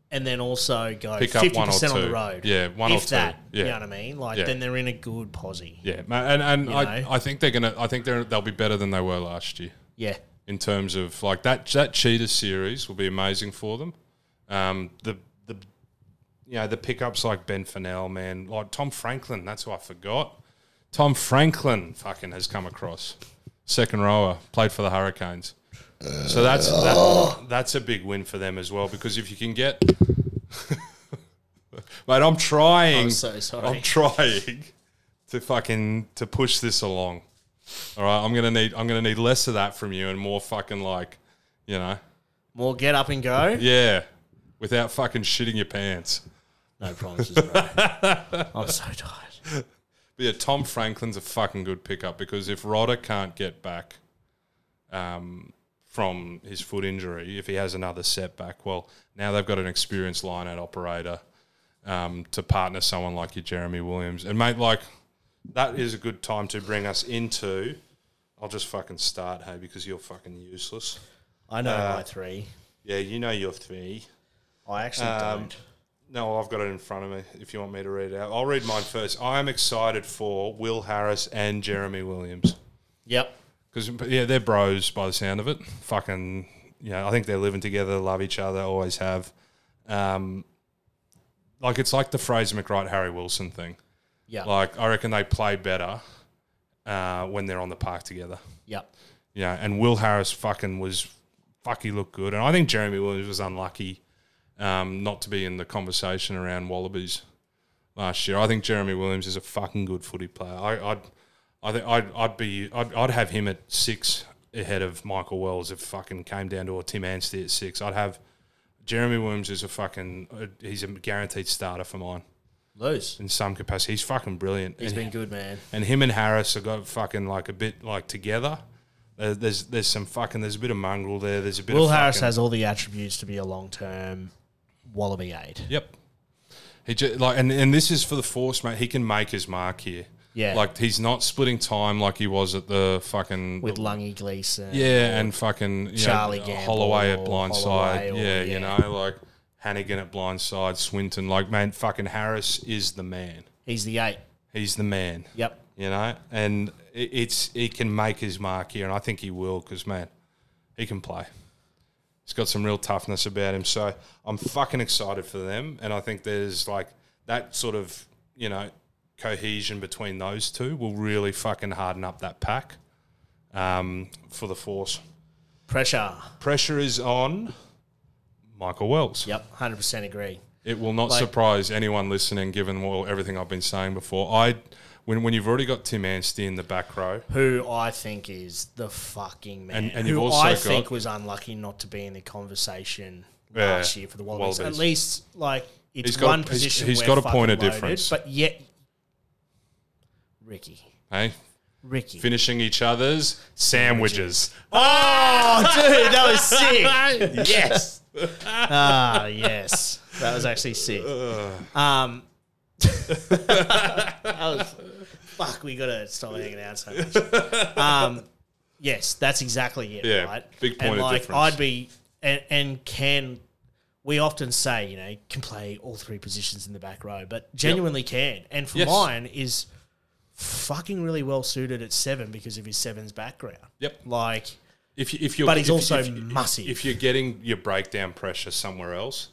Speaker 1: and then also go
Speaker 2: Pick up
Speaker 1: fifty
Speaker 2: one or
Speaker 1: percent on the
Speaker 2: two.
Speaker 1: road.
Speaker 2: Yeah, one or
Speaker 1: if
Speaker 2: two.
Speaker 1: that. You
Speaker 2: Yeah.
Speaker 1: know what I mean? Like
Speaker 2: Yeah.
Speaker 1: then they're in a good posse.
Speaker 2: Yeah, ma- and and I,
Speaker 1: know.
Speaker 2: I think they're gonna I think they're they'll be better than they were last year.
Speaker 1: Yeah.
Speaker 2: in terms of like that that cheetah series will be amazing for them. Um, the the you know the pickups like Ben Fennell, man, like Tom Franklin. That's who I forgot. Tom Franklin fucking has come across second rower, played for the Hurricanes. So that's that, that's a big win for them as well because if you can get, [LAUGHS] mate, I'm trying.
Speaker 1: I'm Oh, so sorry.
Speaker 2: I'm trying to fucking to push this along. All right, I'm gonna need I'm gonna need less of that from you and more fucking like, you know,
Speaker 1: More get up and go.
Speaker 2: yeah, without fucking shitting your pants.
Speaker 1: No promises,
Speaker 2: [LAUGHS]
Speaker 1: bro. I'm so tired.
Speaker 2: But yeah, Tom Franklin's a fucking good pickup because if Rodder can't get back um, from his foot injury, if he has another setback, well, now they've got an experienced line out operator um, to partner someone like your Jeremy Williams. And, mate, like, that is a good time to bring us into. I'll just fucking start, hey, because you're fucking useless.
Speaker 1: I know
Speaker 2: Uh,
Speaker 1: my three.
Speaker 2: Yeah, you know your three.
Speaker 1: I actually
Speaker 2: um,
Speaker 1: don't.
Speaker 2: No, I've got it in front of me if you want me to read it out. I'll read mine first. I am excited for Will Harris and Jeremy Williams.
Speaker 1: Yep.
Speaker 2: Because yeah, they're bros by the sound of it. Fucking yeah, I think they're living together, love each other, always have. Um, like it's like the Fraser McWright Harry Wilson thing.
Speaker 1: Yep.
Speaker 2: Like I reckon they play better uh, when they're on the park together.
Speaker 1: yep.
Speaker 2: You know, and Will Harris fucking was fuck he looked good. And I think Jeremy Williams was unlucky um, not to be in the conversation around Wallabies last year. I think Jeremy Williams is a fucking good footy player. I, I'd I think I'd, I'd be I'd, I'd have him at six ahead of Michael Wells if fucking came down to a Tim Anstey at six. I'd have Jeremy Williams is a fucking uh, he's a guaranteed starter for mine
Speaker 1: Loose.
Speaker 2: in some capacity. He's fucking brilliant.
Speaker 1: He's
Speaker 2: and,
Speaker 1: been good, man.
Speaker 2: and him and Harris have got fucking like a bit like together. There- There's there's some fucking there's a bit of mongrel there. There's a bit.
Speaker 1: Will
Speaker 2: of
Speaker 1: Harris
Speaker 2: fucking-
Speaker 1: has all the attributes to be a long term Wallaby eight.
Speaker 2: Yep. He just, like and, and this is for the force, mate. He can make his mark here.
Speaker 1: Yeah.
Speaker 2: Like he's not splitting time like he was at the fucking
Speaker 1: With Lungy Gleason.
Speaker 2: yeah, and fucking you
Speaker 1: Charlie
Speaker 2: know, uh,
Speaker 1: Gamble
Speaker 2: Holloway at
Speaker 1: or Holloway
Speaker 2: blindside.
Speaker 1: or-
Speaker 2: yeah, you
Speaker 1: yeah.
Speaker 2: know, like Hannigan at blindside, Swinton. Like man, fucking Harris is the man.
Speaker 1: He's the eight.
Speaker 2: He's the man.
Speaker 1: Yep.
Speaker 2: You know, and it, it's he can make his mark here, and I think he will because man, he can play. He's got some real toughness about him, so I'm fucking excited for them, and I think there's like that sort of you know cohesion between those two will really fucking harden up that pack um, for the force.
Speaker 1: Pressure.
Speaker 2: Pressure is on Michael Wells.
Speaker 1: Yep. Hundred percent agree.
Speaker 2: It will not surprise anyone listening, given well, everything I've been saying before. I, when, when you've already got Tim Anstey in the back row,
Speaker 1: Who I think is the fucking man.
Speaker 2: And- and
Speaker 1: who
Speaker 2: you've also
Speaker 1: I
Speaker 2: got-
Speaker 1: think was unlucky not to be in the conversation
Speaker 2: Yeah,
Speaker 1: last year for the Wallabies.
Speaker 2: Wallabies.
Speaker 1: At least like it's
Speaker 2: He's got-
Speaker 1: one
Speaker 2: he's-
Speaker 1: position.
Speaker 2: he's
Speaker 1: we're
Speaker 2: got a
Speaker 1: fucking
Speaker 2: point of
Speaker 1: loaded,
Speaker 2: difference.
Speaker 1: But yet Ricky.
Speaker 2: hey,
Speaker 1: Ricky.
Speaker 2: finishing each other's sandwiches.
Speaker 1: Oh,
Speaker 2: [LAUGHS]
Speaker 1: dude, that was sick. Yes. Ah, yes. That was actually sick. Um, [LAUGHS] that was, fuck, we got to stop hanging out so much. Um, yes, that's exactly it,
Speaker 2: Yeah,
Speaker 1: right?
Speaker 2: big point
Speaker 1: And,
Speaker 2: of
Speaker 1: like,
Speaker 2: difference.
Speaker 1: I'd be, and, and can, we often say, you know, can play all three positions in the back row, but genuinely can. And for
Speaker 2: Yes.
Speaker 1: mine is fucking really well suited at seven because of his sevens background.
Speaker 2: Yep.
Speaker 1: Like,
Speaker 2: If, you- if you're,
Speaker 1: But he's
Speaker 2: if-
Speaker 1: also
Speaker 2: if- if-
Speaker 1: massive.
Speaker 2: If you're getting your breakdown pressure somewhere else,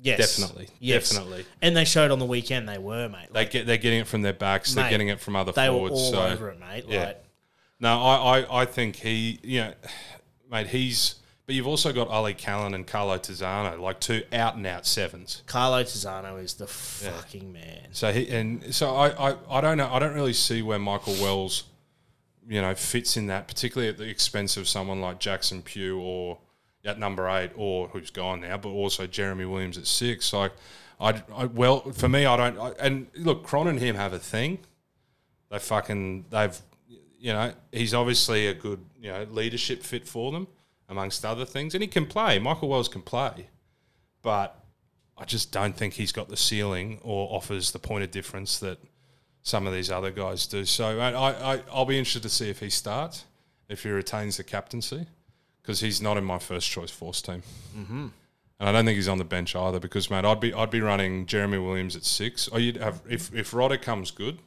Speaker 1: yes.
Speaker 2: definitely,
Speaker 1: Yes.
Speaker 2: definitely,
Speaker 1: And they showed on the weekend they were, mate. Like,
Speaker 2: they get they're getting it from their backs,
Speaker 1: Mate,
Speaker 2: they're getting it from other
Speaker 1: they were
Speaker 2: forwards.
Speaker 1: all
Speaker 2: so
Speaker 1: over it, mate.
Speaker 2: yeah.
Speaker 1: Like,
Speaker 2: No, I, I, I think he, you know, [SIGHS] mate, he's. But you've also got Ali Callan and Carlo Tizano, like two out and out sevens.
Speaker 1: Carlo Tizano is the fucking man.
Speaker 2: So he and so I, I, I don't know. I don't really see where Michael Wells, you know, fits in that, particularly at the expense of someone like Jackson Pugh or at number eight or who's gone now, but also Jeremy Williams at six. Like, I, I well for me, I don't. I, and look, Cron and him have a thing. They fucking they've, you know, he's obviously a good you know leadership fit for them amongst other things, and he can play. Michael Wells can play, but I just don't think he's got the ceiling or offers the point of difference that some of these other guys do. So I, I, I- I'll be interested to see if he starts, if he retains the captaincy, because he's not in my first choice force team. Mm-hmm. And I don't think he's on the bench either, because mate, I'd be I'd be running Jeremy Williams at six. Or you'd have if if Rodder comes good,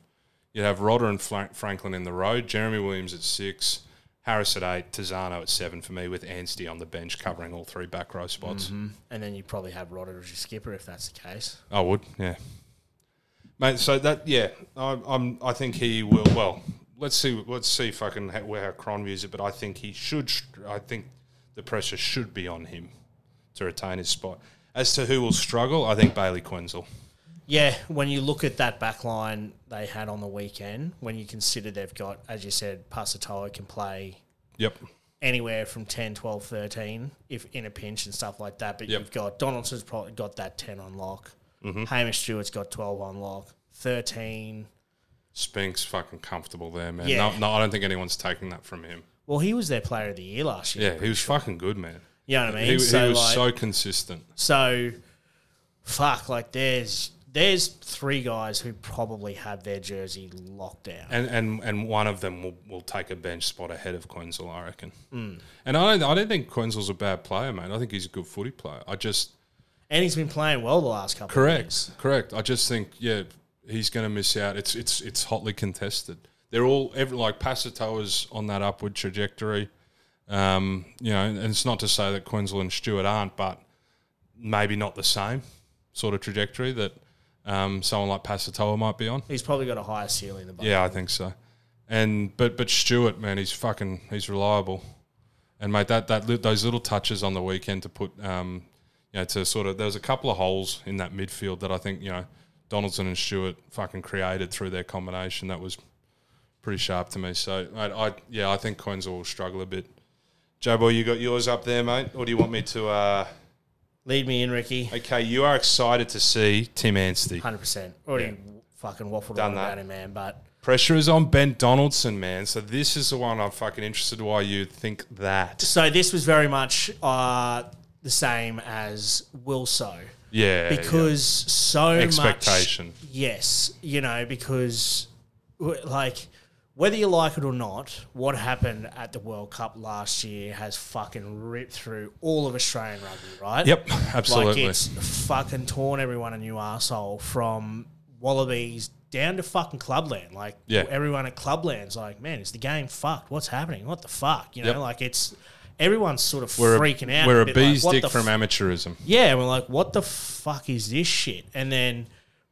Speaker 2: you'd have Rodder and Fla- Franklin in the road, Jeremy Williams at six, Harris at eight, Tizano at seven for me, with Anstey on the bench covering all three back row spots.
Speaker 1: And then you probably have Rodder as your skipper if that's the case.
Speaker 2: I would, yeah, mate. So that, yeah, I, I'm. I think he will. Well, let's see. Let's see. Fucking how, how Cron views it, but I think he should. str- I think the pressure should be on him to retain his spot. As to who will struggle, I think Bailey Quenzel.
Speaker 1: Yeah, when you look at that back line they had on the weekend, when you consider they've got, as you said, Pasatoa can play
Speaker 2: Yep.
Speaker 1: anywhere from 10, 12, 13, if in a pinch and stuff like that. But
Speaker 2: Yep. Mm-hmm.
Speaker 1: you've got Donaldson's probably got that 10 on lock. Hamish Stewart's got 12 on lock. 13.
Speaker 2: Spinks fucking comfortable there, man.
Speaker 1: Yeah.
Speaker 2: No, no, I don't think anyone's taking that from him.
Speaker 1: Well, he was their player of the year last year.
Speaker 2: Yeah, he was fucking good, man.
Speaker 1: You know what I mean?
Speaker 2: He, he was
Speaker 1: so, like,
Speaker 2: so consistent.
Speaker 1: So, fuck, like there's there's three guys who probably have their jersey locked down.
Speaker 2: and and and one of them will, will take a bench spot ahead of Quenzel, I reckon. And I don't, I don't think Quenzel's a bad player, mate. I think he's a good footy player. I just
Speaker 1: And he's been playing well the last couple of years.
Speaker 2: correct, correct. I just think yeah, he's going to miss out. It's it's it's hotly contested. They're all every, like Pasatoa's on that upward trajectory. Um, you know, and it's not to say that Quenzel and Stewart aren't, but maybe not the same sort of trajectory that um, someone like Pasatoa might be on.
Speaker 1: He's probably got a higher ceiling than both.
Speaker 2: Yeah, I think so. And but but Stewart, man, he's fucking he's reliable. And mate, that that li- those little touches on the weekend to put, um, you know, to sort of there was a couple of holes in that midfield that I think you know Donaldson and Stewart fucking created through their combination. That was pretty sharp to me. So mate, I yeah, I think Coins will struggle a bit. Joe boy, you got yours up there, mate, or do you want me to? Uh,
Speaker 1: Lead me in, Ricky.
Speaker 2: okay, you are excited to see Tim Anstey.
Speaker 1: Hundred percent. Already fucking waffled
Speaker 2: Done
Speaker 1: on
Speaker 2: that.
Speaker 1: about him, man. But
Speaker 2: Pressure is on Ben Donaldson, man. So this is the one I'm fucking interested why you think that.
Speaker 1: so this was very much uh, the same as Wilso
Speaker 2: Yeah, yeah.
Speaker 1: because so
Speaker 2: Expectation.
Speaker 1: much Yes, you know because w- like. Whether you like it or not, what happened at the World Cup last year has fucking ripped through all of Australian rugby, right?
Speaker 2: Yep, absolutely.
Speaker 1: Like it's fucking torn everyone a new arsehole from Wallabies down to fucking Clubland. Like
Speaker 2: Yeah.
Speaker 1: everyone at Clubland's like, man, is the game fucked? What's happening? What the fuck? You know,
Speaker 2: Yep.
Speaker 1: like it's everyone's sort of
Speaker 2: we're
Speaker 1: freaking
Speaker 2: a,
Speaker 1: out.
Speaker 2: We're a
Speaker 1: bit like,
Speaker 2: bee's
Speaker 1: what
Speaker 2: dick
Speaker 1: the
Speaker 2: from
Speaker 1: f-
Speaker 2: amateurism.
Speaker 1: yeah, and we're like, what the fuck is this shit? And then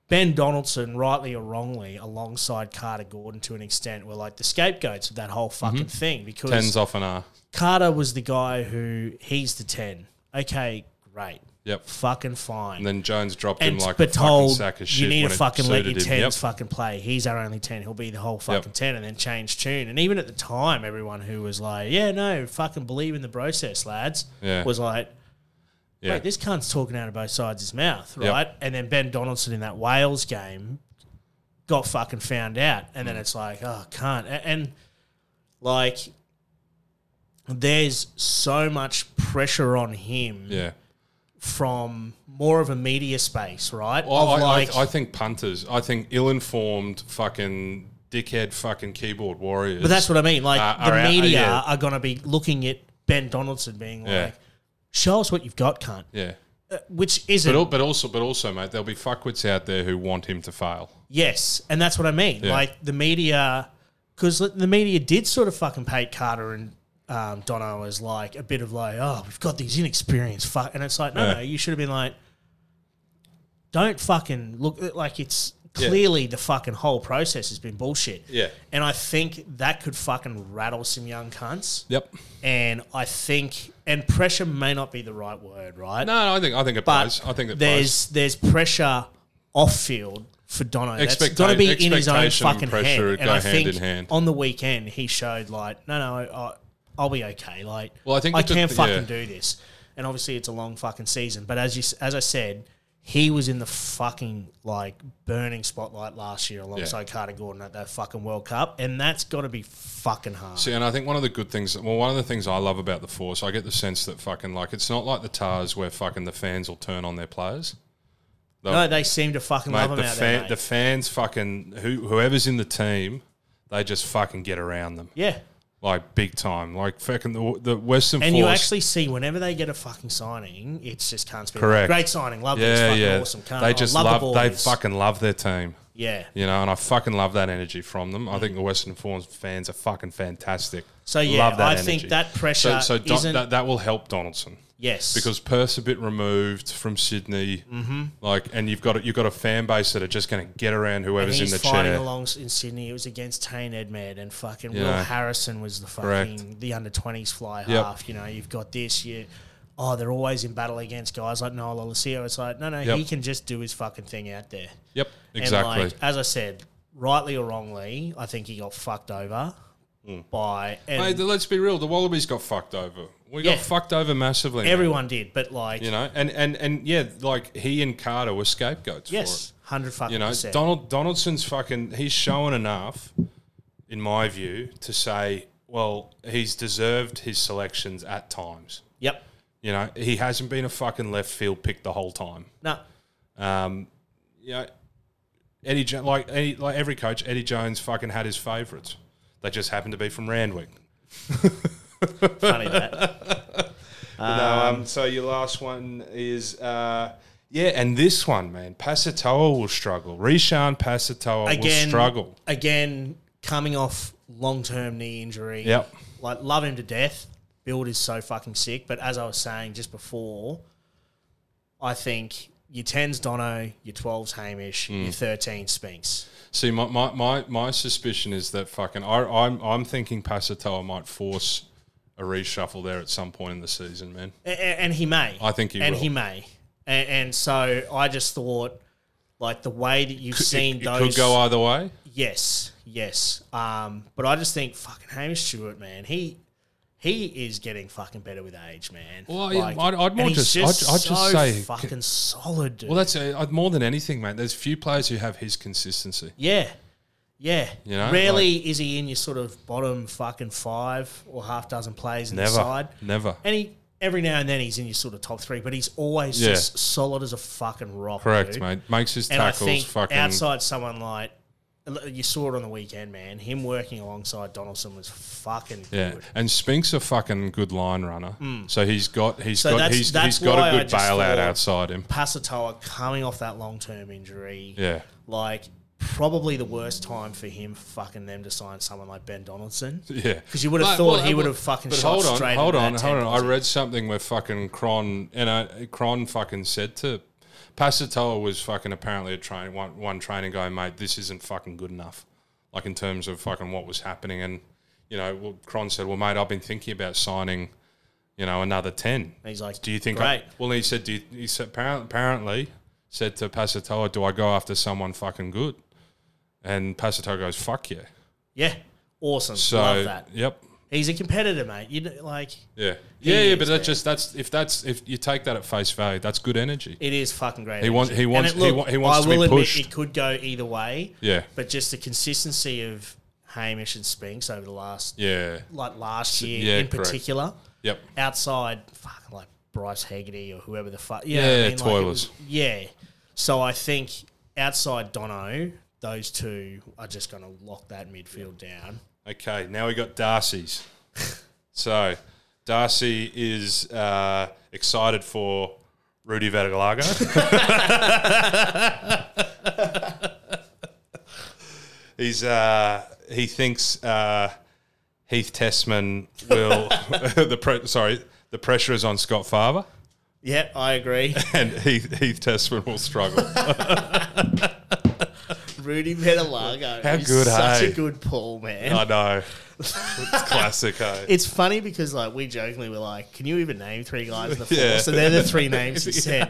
Speaker 1: Ben Donaldson, rightly or wrongly, alongside Carter Gordon to an extent, were like the scapegoats of that whole fucking thing because
Speaker 2: Tens off an R.
Speaker 1: Carter was the guy who he's the ten. Okay, great.
Speaker 2: Yep.
Speaker 1: Fucking fine.
Speaker 2: And then Jones dropped
Speaker 1: and
Speaker 2: him like a
Speaker 1: but
Speaker 2: fucking
Speaker 1: told
Speaker 2: sack of shit.
Speaker 1: you need
Speaker 2: when
Speaker 1: to
Speaker 2: it
Speaker 1: fucking let
Speaker 2: suited
Speaker 1: your tens
Speaker 2: him. Yep.
Speaker 1: fucking play. He's our only ten. He'll be the whole fucking ten, and then change tune. And even at the time, everyone who was like, "Yeah, no, fucking believe in the process, lads,"
Speaker 2: Yeah.
Speaker 1: was like,
Speaker 2: Yeah.
Speaker 1: "Wait, this cunt's talking out of both sides of his mouth,
Speaker 2: Yep.
Speaker 1: right?" And then Ben Donaldson in that Wales game got fucking found out, and
Speaker 2: Mm.
Speaker 1: then it's like, "Oh, can't." And like, there's so much pressure on him
Speaker 2: yeah.
Speaker 1: from more of a media space, right?
Speaker 2: Well, I,
Speaker 1: of
Speaker 2: I-
Speaker 1: like,
Speaker 2: I, think punters. I think ill-informed fucking dickhead fucking keyboard warriors.
Speaker 1: but that's what I mean. Like
Speaker 2: Uh,
Speaker 1: the
Speaker 2: are out-
Speaker 1: media
Speaker 2: yeah.
Speaker 1: are going to be looking at Ben Donaldson, being like,
Speaker 2: Yeah.
Speaker 1: "Show us what you've got, cunt,"
Speaker 2: yeah.
Speaker 1: Uh, which
Speaker 2: But,
Speaker 1: isn't.
Speaker 2: al- but also, but also, mate, there'll be fuckwits out there who want him to fail.
Speaker 1: yes, and that's what I mean.
Speaker 2: Yeah.
Speaker 1: Like the media, because the media did sort of fucking paint Carter and. Um, Dono as like a bit of like, oh, we've got these inexperienced fuck, and it's like, no,
Speaker 2: Yeah.
Speaker 1: no, you should have been like, don't fucking look uh, like it's
Speaker 2: Yeah.
Speaker 1: clearly the fucking whole process has been bullshit.
Speaker 2: Yeah.
Speaker 1: And I think that could fucking rattle some young cunts.
Speaker 2: Yep.
Speaker 1: And I think, and pressure may not be the right word, right?
Speaker 2: No, no, I think I think it
Speaker 1: but
Speaker 2: plays. I think it plays.
Speaker 1: there's there's pressure off field for Dono. That's
Speaker 2: Expecta-
Speaker 1: got to be in his own
Speaker 2: expectation and
Speaker 1: fucking head.
Speaker 2: pressure
Speaker 1: And
Speaker 2: go
Speaker 1: I
Speaker 2: hand
Speaker 1: think
Speaker 2: in hand.
Speaker 1: on the weekend he showed like, no, no, I, I'll be okay. Like,
Speaker 2: Well, I think
Speaker 1: I
Speaker 2: it took-
Speaker 1: can fucking
Speaker 2: yeah.
Speaker 1: do this. And obviously, it's a long fucking season. But as you s- as I said, he was in the fucking like burning spotlight last year alongside Carter Gordon at that fucking World Cup, and that's got to be fucking hard.
Speaker 2: See, and I think one of the good things, well, one of the things I love about the Force, I get the sense that fucking like it's not like the Tars where fucking the fans will turn on their players.
Speaker 1: no, they seem to fucking
Speaker 2: Mate,
Speaker 1: love him
Speaker 2: the,
Speaker 1: out
Speaker 2: fan,
Speaker 1: there. mate.
Speaker 2: the fans fucking who, whoever's in the team, they just fucking get around them
Speaker 1: yeah.
Speaker 2: like big time. Like fucking the, the Western
Speaker 1: And
Speaker 2: Force.
Speaker 1: you actually see whenever they get a fucking signing, it's just can't speak.
Speaker 2: Correct.
Speaker 1: Great signing, love it. It's
Speaker 2: yeah,
Speaker 1: fucking
Speaker 2: yeah.
Speaker 1: awesome. Can't,
Speaker 2: they just
Speaker 1: I
Speaker 2: love.
Speaker 1: love, the
Speaker 2: they
Speaker 1: boys.
Speaker 2: fucking love their team.
Speaker 1: yeah.
Speaker 2: You know, and I fucking love that energy from them. I think the Western Force fans are fucking fantastic.
Speaker 1: So yeah,
Speaker 2: love that
Speaker 1: I
Speaker 2: energy.
Speaker 1: think that pressure
Speaker 2: So, so Don-
Speaker 1: isn't
Speaker 2: that, that will help Donaldson.
Speaker 1: yes
Speaker 2: because Perth's a bit removed from Sydney,
Speaker 1: Mm-hmm.
Speaker 2: like, and you've got a, you've got a fan base that are just going to get around whoever's
Speaker 1: he's
Speaker 2: in the
Speaker 1: fighting
Speaker 2: chair.
Speaker 1: along s- in Sydney. It was against Tane Edmed and fucking
Speaker 2: Yeah.
Speaker 1: Will Harrison was the fucking
Speaker 2: Correct.
Speaker 1: the under twenties fly
Speaker 2: Yep.
Speaker 1: half. You know, you've got this. You oh, they're always in battle against guys like Noel Olesio. It's like no, no,
Speaker 2: Yep.
Speaker 1: he can just do his fucking thing out there.
Speaker 2: Yep, exactly.
Speaker 1: And like, as I said, rightly or wrongly, I think he got fucked over by and
Speaker 2: Hmm. Hey, th- let's be real. The Wallabies got fucked over. We
Speaker 1: Yeah.
Speaker 2: got fucked over massively. mate.
Speaker 1: everyone did, but like
Speaker 2: you know, and and and yeah, like he and Carter were scapegoats.
Speaker 1: yes, hundred
Speaker 2: for it.
Speaker 1: fucking
Speaker 2: you know,
Speaker 1: percent.
Speaker 2: Donald Donaldson's fucking. He's shown enough, in my view, to say, well, he's deserved his selections at times.
Speaker 1: yep,
Speaker 2: You know, he hasn't been a fucking left field pick the whole time. [LAUGHS]
Speaker 1: no,
Speaker 2: Um, you know, Eddie jo- like Eddie, like every coach, Eddie Jones fucking had his favourites. They just happened to be from Randwick.
Speaker 1: funny that. Ah.
Speaker 2: um, so your last one is uh, yeah, and this one, man, Pasatoa will struggle. Rishan Pasatoa
Speaker 1: Again,
Speaker 2: will struggle.
Speaker 1: Again, coming off long term knee injury.
Speaker 2: Yep.
Speaker 1: like love him to death. Build is so fucking sick. But as I was saying just before, I think your tens Dono, your twelves Hamish,
Speaker 2: Hmm.
Speaker 1: your thirteen Spinks.
Speaker 2: See, my, my, my, my suspicion is that fucking I, I'm I'm thinking Pasatoa might force a reshuffle there at some point in the season, man.
Speaker 1: A- a- and he may.
Speaker 2: I think he
Speaker 1: and
Speaker 2: will.
Speaker 1: he may. And, and so I just thought, like the way that you've seen
Speaker 2: it, it
Speaker 1: those
Speaker 2: could go either way.
Speaker 1: Yes, yes. Um, but I just think fucking Hamish Stewart, man, he he is getting fucking better with age, man.
Speaker 2: Well, yeah, I'd- I'd
Speaker 1: and
Speaker 2: more
Speaker 1: he's
Speaker 2: just- I'd- I'd just
Speaker 1: so
Speaker 2: say-
Speaker 1: fucking solid, dude.
Speaker 2: Well, that's uh, more than anything, mate. There's few players who have his consistency.
Speaker 1: yeah, yeah.
Speaker 2: You know,
Speaker 1: Rarely is he in your sort of bottom fucking five or half dozen plays in
Speaker 2: Never,
Speaker 1: the side,
Speaker 2: never.
Speaker 1: and he. Every now and then he's in your sort of top three, but he's always
Speaker 2: Yeah.
Speaker 1: just solid as a fucking rock.
Speaker 2: Correct,
Speaker 1: dude.
Speaker 2: mate. Makes his
Speaker 1: And I
Speaker 2: tackles
Speaker 1: think
Speaker 2: fucking.
Speaker 1: outside someone like you saw it on the weekend, man. Him working alongside Donaldson was fucking
Speaker 2: Yeah,
Speaker 1: good.
Speaker 2: and Spink's a fucking good line runner. So he's got he's
Speaker 1: Mm. So
Speaker 2: got
Speaker 1: that's-
Speaker 2: he's,
Speaker 1: that's
Speaker 2: he's got
Speaker 1: why
Speaker 2: a
Speaker 1: I
Speaker 2: good
Speaker 1: just
Speaker 2: bailout
Speaker 1: thought-
Speaker 2: outside him.
Speaker 1: Pasatoa coming off that long term injury.
Speaker 2: Yeah, [LAUGHS]
Speaker 1: Like probably the worst time for him fucking them to sign someone like Ben Donaldson.
Speaker 2: yeah.
Speaker 1: Because you would have
Speaker 2: But-
Speaker 1: thought
Speaker 2: well,
Speaker 1: he
Speaker 2: uh,
Speaker 1: would
Speaker 2: well,
Speaker 1: have fucking
Speaker 2: but
Speaker 1: shot
Speaker 2: hold on,
Speaker 1: straight.
Speaker 2: Hold
Speaker 1: at
Speaker 2: on,
Speaker 1: that
Speaker 2: hold
Speaker 1: 10
Speaker 2: on. I
Speaker 1: position.
Speaker 2: read something where fucking Cron and uh, Cron fucking said to Pasatoa was fucking apparently a train one one training guy, mate. This isn't fucking good enough. Like in terms of fucking what was happening, and you know, well, Cron said, "Well, mate, I've been thinking about signing, you know, another ten.
Speaker 1: And he's like,
Speaker 2: Do you think?
Speaker 1: Great.
Speaker 2: I, well, he said. Do you, he said apparently, apparently said to Pasatoa, "Do I go after someone fucking good?" And Pasatoa goes, "Fuck yeah."
Speaker 1: yeah, awesome.
Speaker 2: So
Speaker 1: Love that.
Speaker 2: yep,
Speaker 1: He's a competitor, mate. You know, like
Speaker 2: yeah, yeah, yeah.
Speaker 1: is,
Speaker 2: But
Speaker 1: man.
Speaker 2: that just that's if that's if you take that at face value, that's good energy.
Speaker 1: it is fucking great.
Speaker 2: He wants-
Speaker 1: energy.
Speaker 2: he wants-
Speaker 1: And it-
Speaker 2: he wa- he wants
Speaker 1: I
Speaker 2: to
Speaker 1: will
Speaker 2: be
Speaker 1: admit
Speaker 2: pushed.
Speaker 1: It could go either way.
Speaker 2: Yeah,
Speaker 1: but just the consistency of Hamish and Spinks over the last
Speaker 2: yeah,
Speaker 1: like last year
Speaker 2: yeah,
Speaker 1: in
Speaker 2: correct.
Speaker 1: particular,
Speaker 2: yep.
Speaker 1: outside fucking like Bryce Hegarty or whoever the fuck, yeah,
Speaker 2: Yeah,
Speaker 1: I mean, like it
Speaker 2: Toilers.
Speaker 1: was- yeah. So I think outside Dono, those two are just going to lock that midfield down.
Speaker 2: Okay, now we got Darcy's.
Speaker 1: [LAUGHS]
Speaker 2: so Darcy is uh, excited for Rudy Vadagalaga. [LAUGHS] He's uh, he thinks uh, Heath Tessman will [LAUGHS] the pre- sorry the pressure is on Scott Farber
Speaker 1: Yeah, I agree. [LAUGHS]
Speaker 2: and Heath, Heath Tessman will struggle.
Speaker 1: Rudy Metalago.
Speaker 2: How good,
Speaker 1: Such
Speaker 2: hey?
Speaker 1: a good pull, man.
Speaker 2: I know it's classic.
Speaker 1: [LAUGHS]
Speaker 2: eh?
Speaker 1: It's funny because like we jokingly were like, "Can you even name three guys
Speaker 2: [LAUGHS]
Speaker 1: in the force?"
Speaker 2: Yeah.
Speaker 1: So they're the three names
Speaker 2: [LAUGHS]
Speaker 1: he said,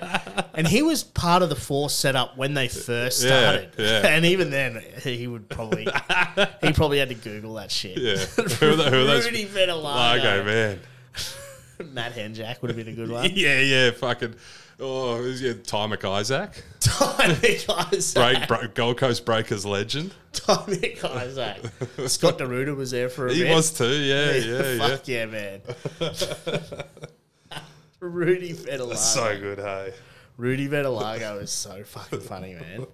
Speaker 1: and he was part of the force setup when they first
Speaker 2: Yeah,
Speaker 1: started. [LAUGHS]
Speaker 2: yeah.
Speaker 1: And even then, he would probably he probably had to Google that shit.
Speaker 2: Yeah, who are, the, who are those?
Speaker 1: Rudy
Speaker 2: Largo
Speaker 1: Venilago.
Speaker 2: man.
Speaker 1: Matt Henjack would have been a good one.
Speaker 2: [LAUGHS] Yeah, yeah, fucking. Oh, who's your Tymic Isaac?
Speaker 1: Dominic Isaac. [LAUGHS]
Speaker 2: Break, break, Gold Coast Breakers legend.
Speaker 1: Dominic Isaac. Scott Deruta was there for a
Speaker 2: He
Speaker 1: bit.
Speaker 2: was
Speaker 1: [LAUGHS]
Speaker 2: too. Yeah, yeah, yeah.
Speaker 1: Fuck yeah, man. [LAUGHS] Rudy Venilago.
Speaker 2: So good, hey.
Speaker 1: Rudy Ventilago is
Speaker 2: [LAUGHS]
Speaker 1: so fucking funny, man.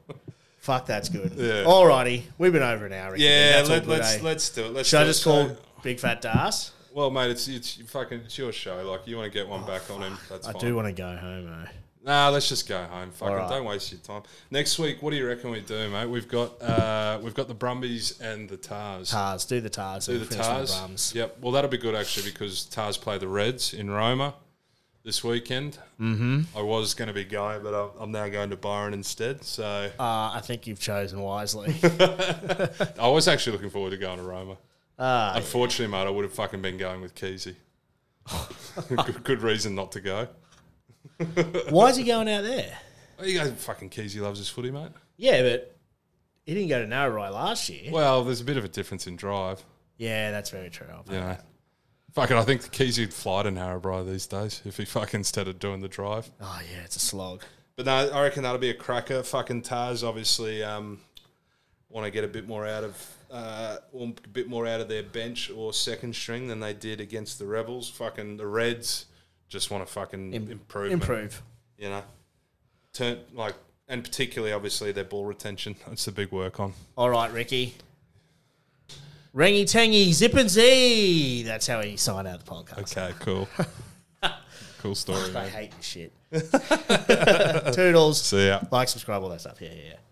Speaker 1: Fuck, that's good.
Speaker 2: Yeah.
Speaker 1: Alrighty, we've been over an hour. Ricky.
Speaker 2: Yeah,
Speaker 1: That's all
Speaker 2: let,
Speaker 1: good,
Speaker 2: let's
Speaker 1: eh?
Speaker 2: let's do it. Let's
Speaker 1: Should
Speaker 2: do
Speaker 1: I just
Speaker 2: it.
Speaker 1: call
Speaker 2: So-
Speaker 1: Big Fat Das?
Speaker 2: Well, mate, it's it's your fucking it's your show. Like, you want to get one back on him? That's
Speaker 1: I
Speaker 2: fine.
Speaker 1: do want to go home, eh? though.
Speaker 2: Nah, let's just go home. Fucking
Speaker 1: Alright.
Speaker 2: don't waste your time. Next week, what do you reckon we do, mate? We've got uh we've got the Brumbies and the Tars.
Speaker 1: Tars, do the Tars.
Speaker 2: Do
Speaker 1: and
Speaker 2: the
Speaker 1: finish with
Speaker 2: Tars.
Speaker 1: Brums.
Speaker 2: Yep. Well, that'll be good actually because Tars play the Reds in Roma this weekend. Mm-hmm. I was going to be going, but I'm, I'm now going to Byron instead. So
Speaker 1: Uh, I think you've chosen
Speaker 2: [LAUGHS]
Speaker 1: wisely.
Speaker 2: I was actually looking forward to going to Roma.
Speaker 1: Ah,
Speaker 2: Unfortunately, mate, I would have fucking been going
Speaker 1: [LAUGHS]
Speaker 2: with Keezy. good, good reason not to go.
Speaker 1: why is he going out there?
Speaker 2: Well, You guys, fucking Keezy loves his footy, mate.
Speaker 1: Yeah, but he didn't go to Narrow last year.
Speaker 2: Well, there's a bit of a difference in drive,
Speaker 1: Yeah, that's very true. I'll-
Speaker 2: you know. Fucking, I think Keezy'd fly to Narrabri these days if he fucking instead of doing the drive.
Speaker 1: Oh, yeah, it's a slog.
Speaker 2: But no, I reckon that'll be a cracker. Fucking Tars obviously um, want to get a bit more out of uh, want a bit more out of their bench or second string than they did against the Rebels. Fucking the Reds just want to fucking
Speaker 1: Im-
Speaker 2: improve,
Speaker 1: Improve.
Speaker 2: you know. Turn like and particularly obviously their ball retention. [LAUGHS] That's the big work on.
Speaker 1: All right, Ricky. Rangy tangy, zip and zee. That's how he signed out the podcast.
Speaker 2: Okay, cool. cool story,
Speaker 1: I
Speaker 2: man.
Speaker 1: hate this shit. [LAUGHS] Toodles.
Speaker 2: See ya.
Speaker 1: Like, subscribe, all that stuff. Yeah, yeah, yeah.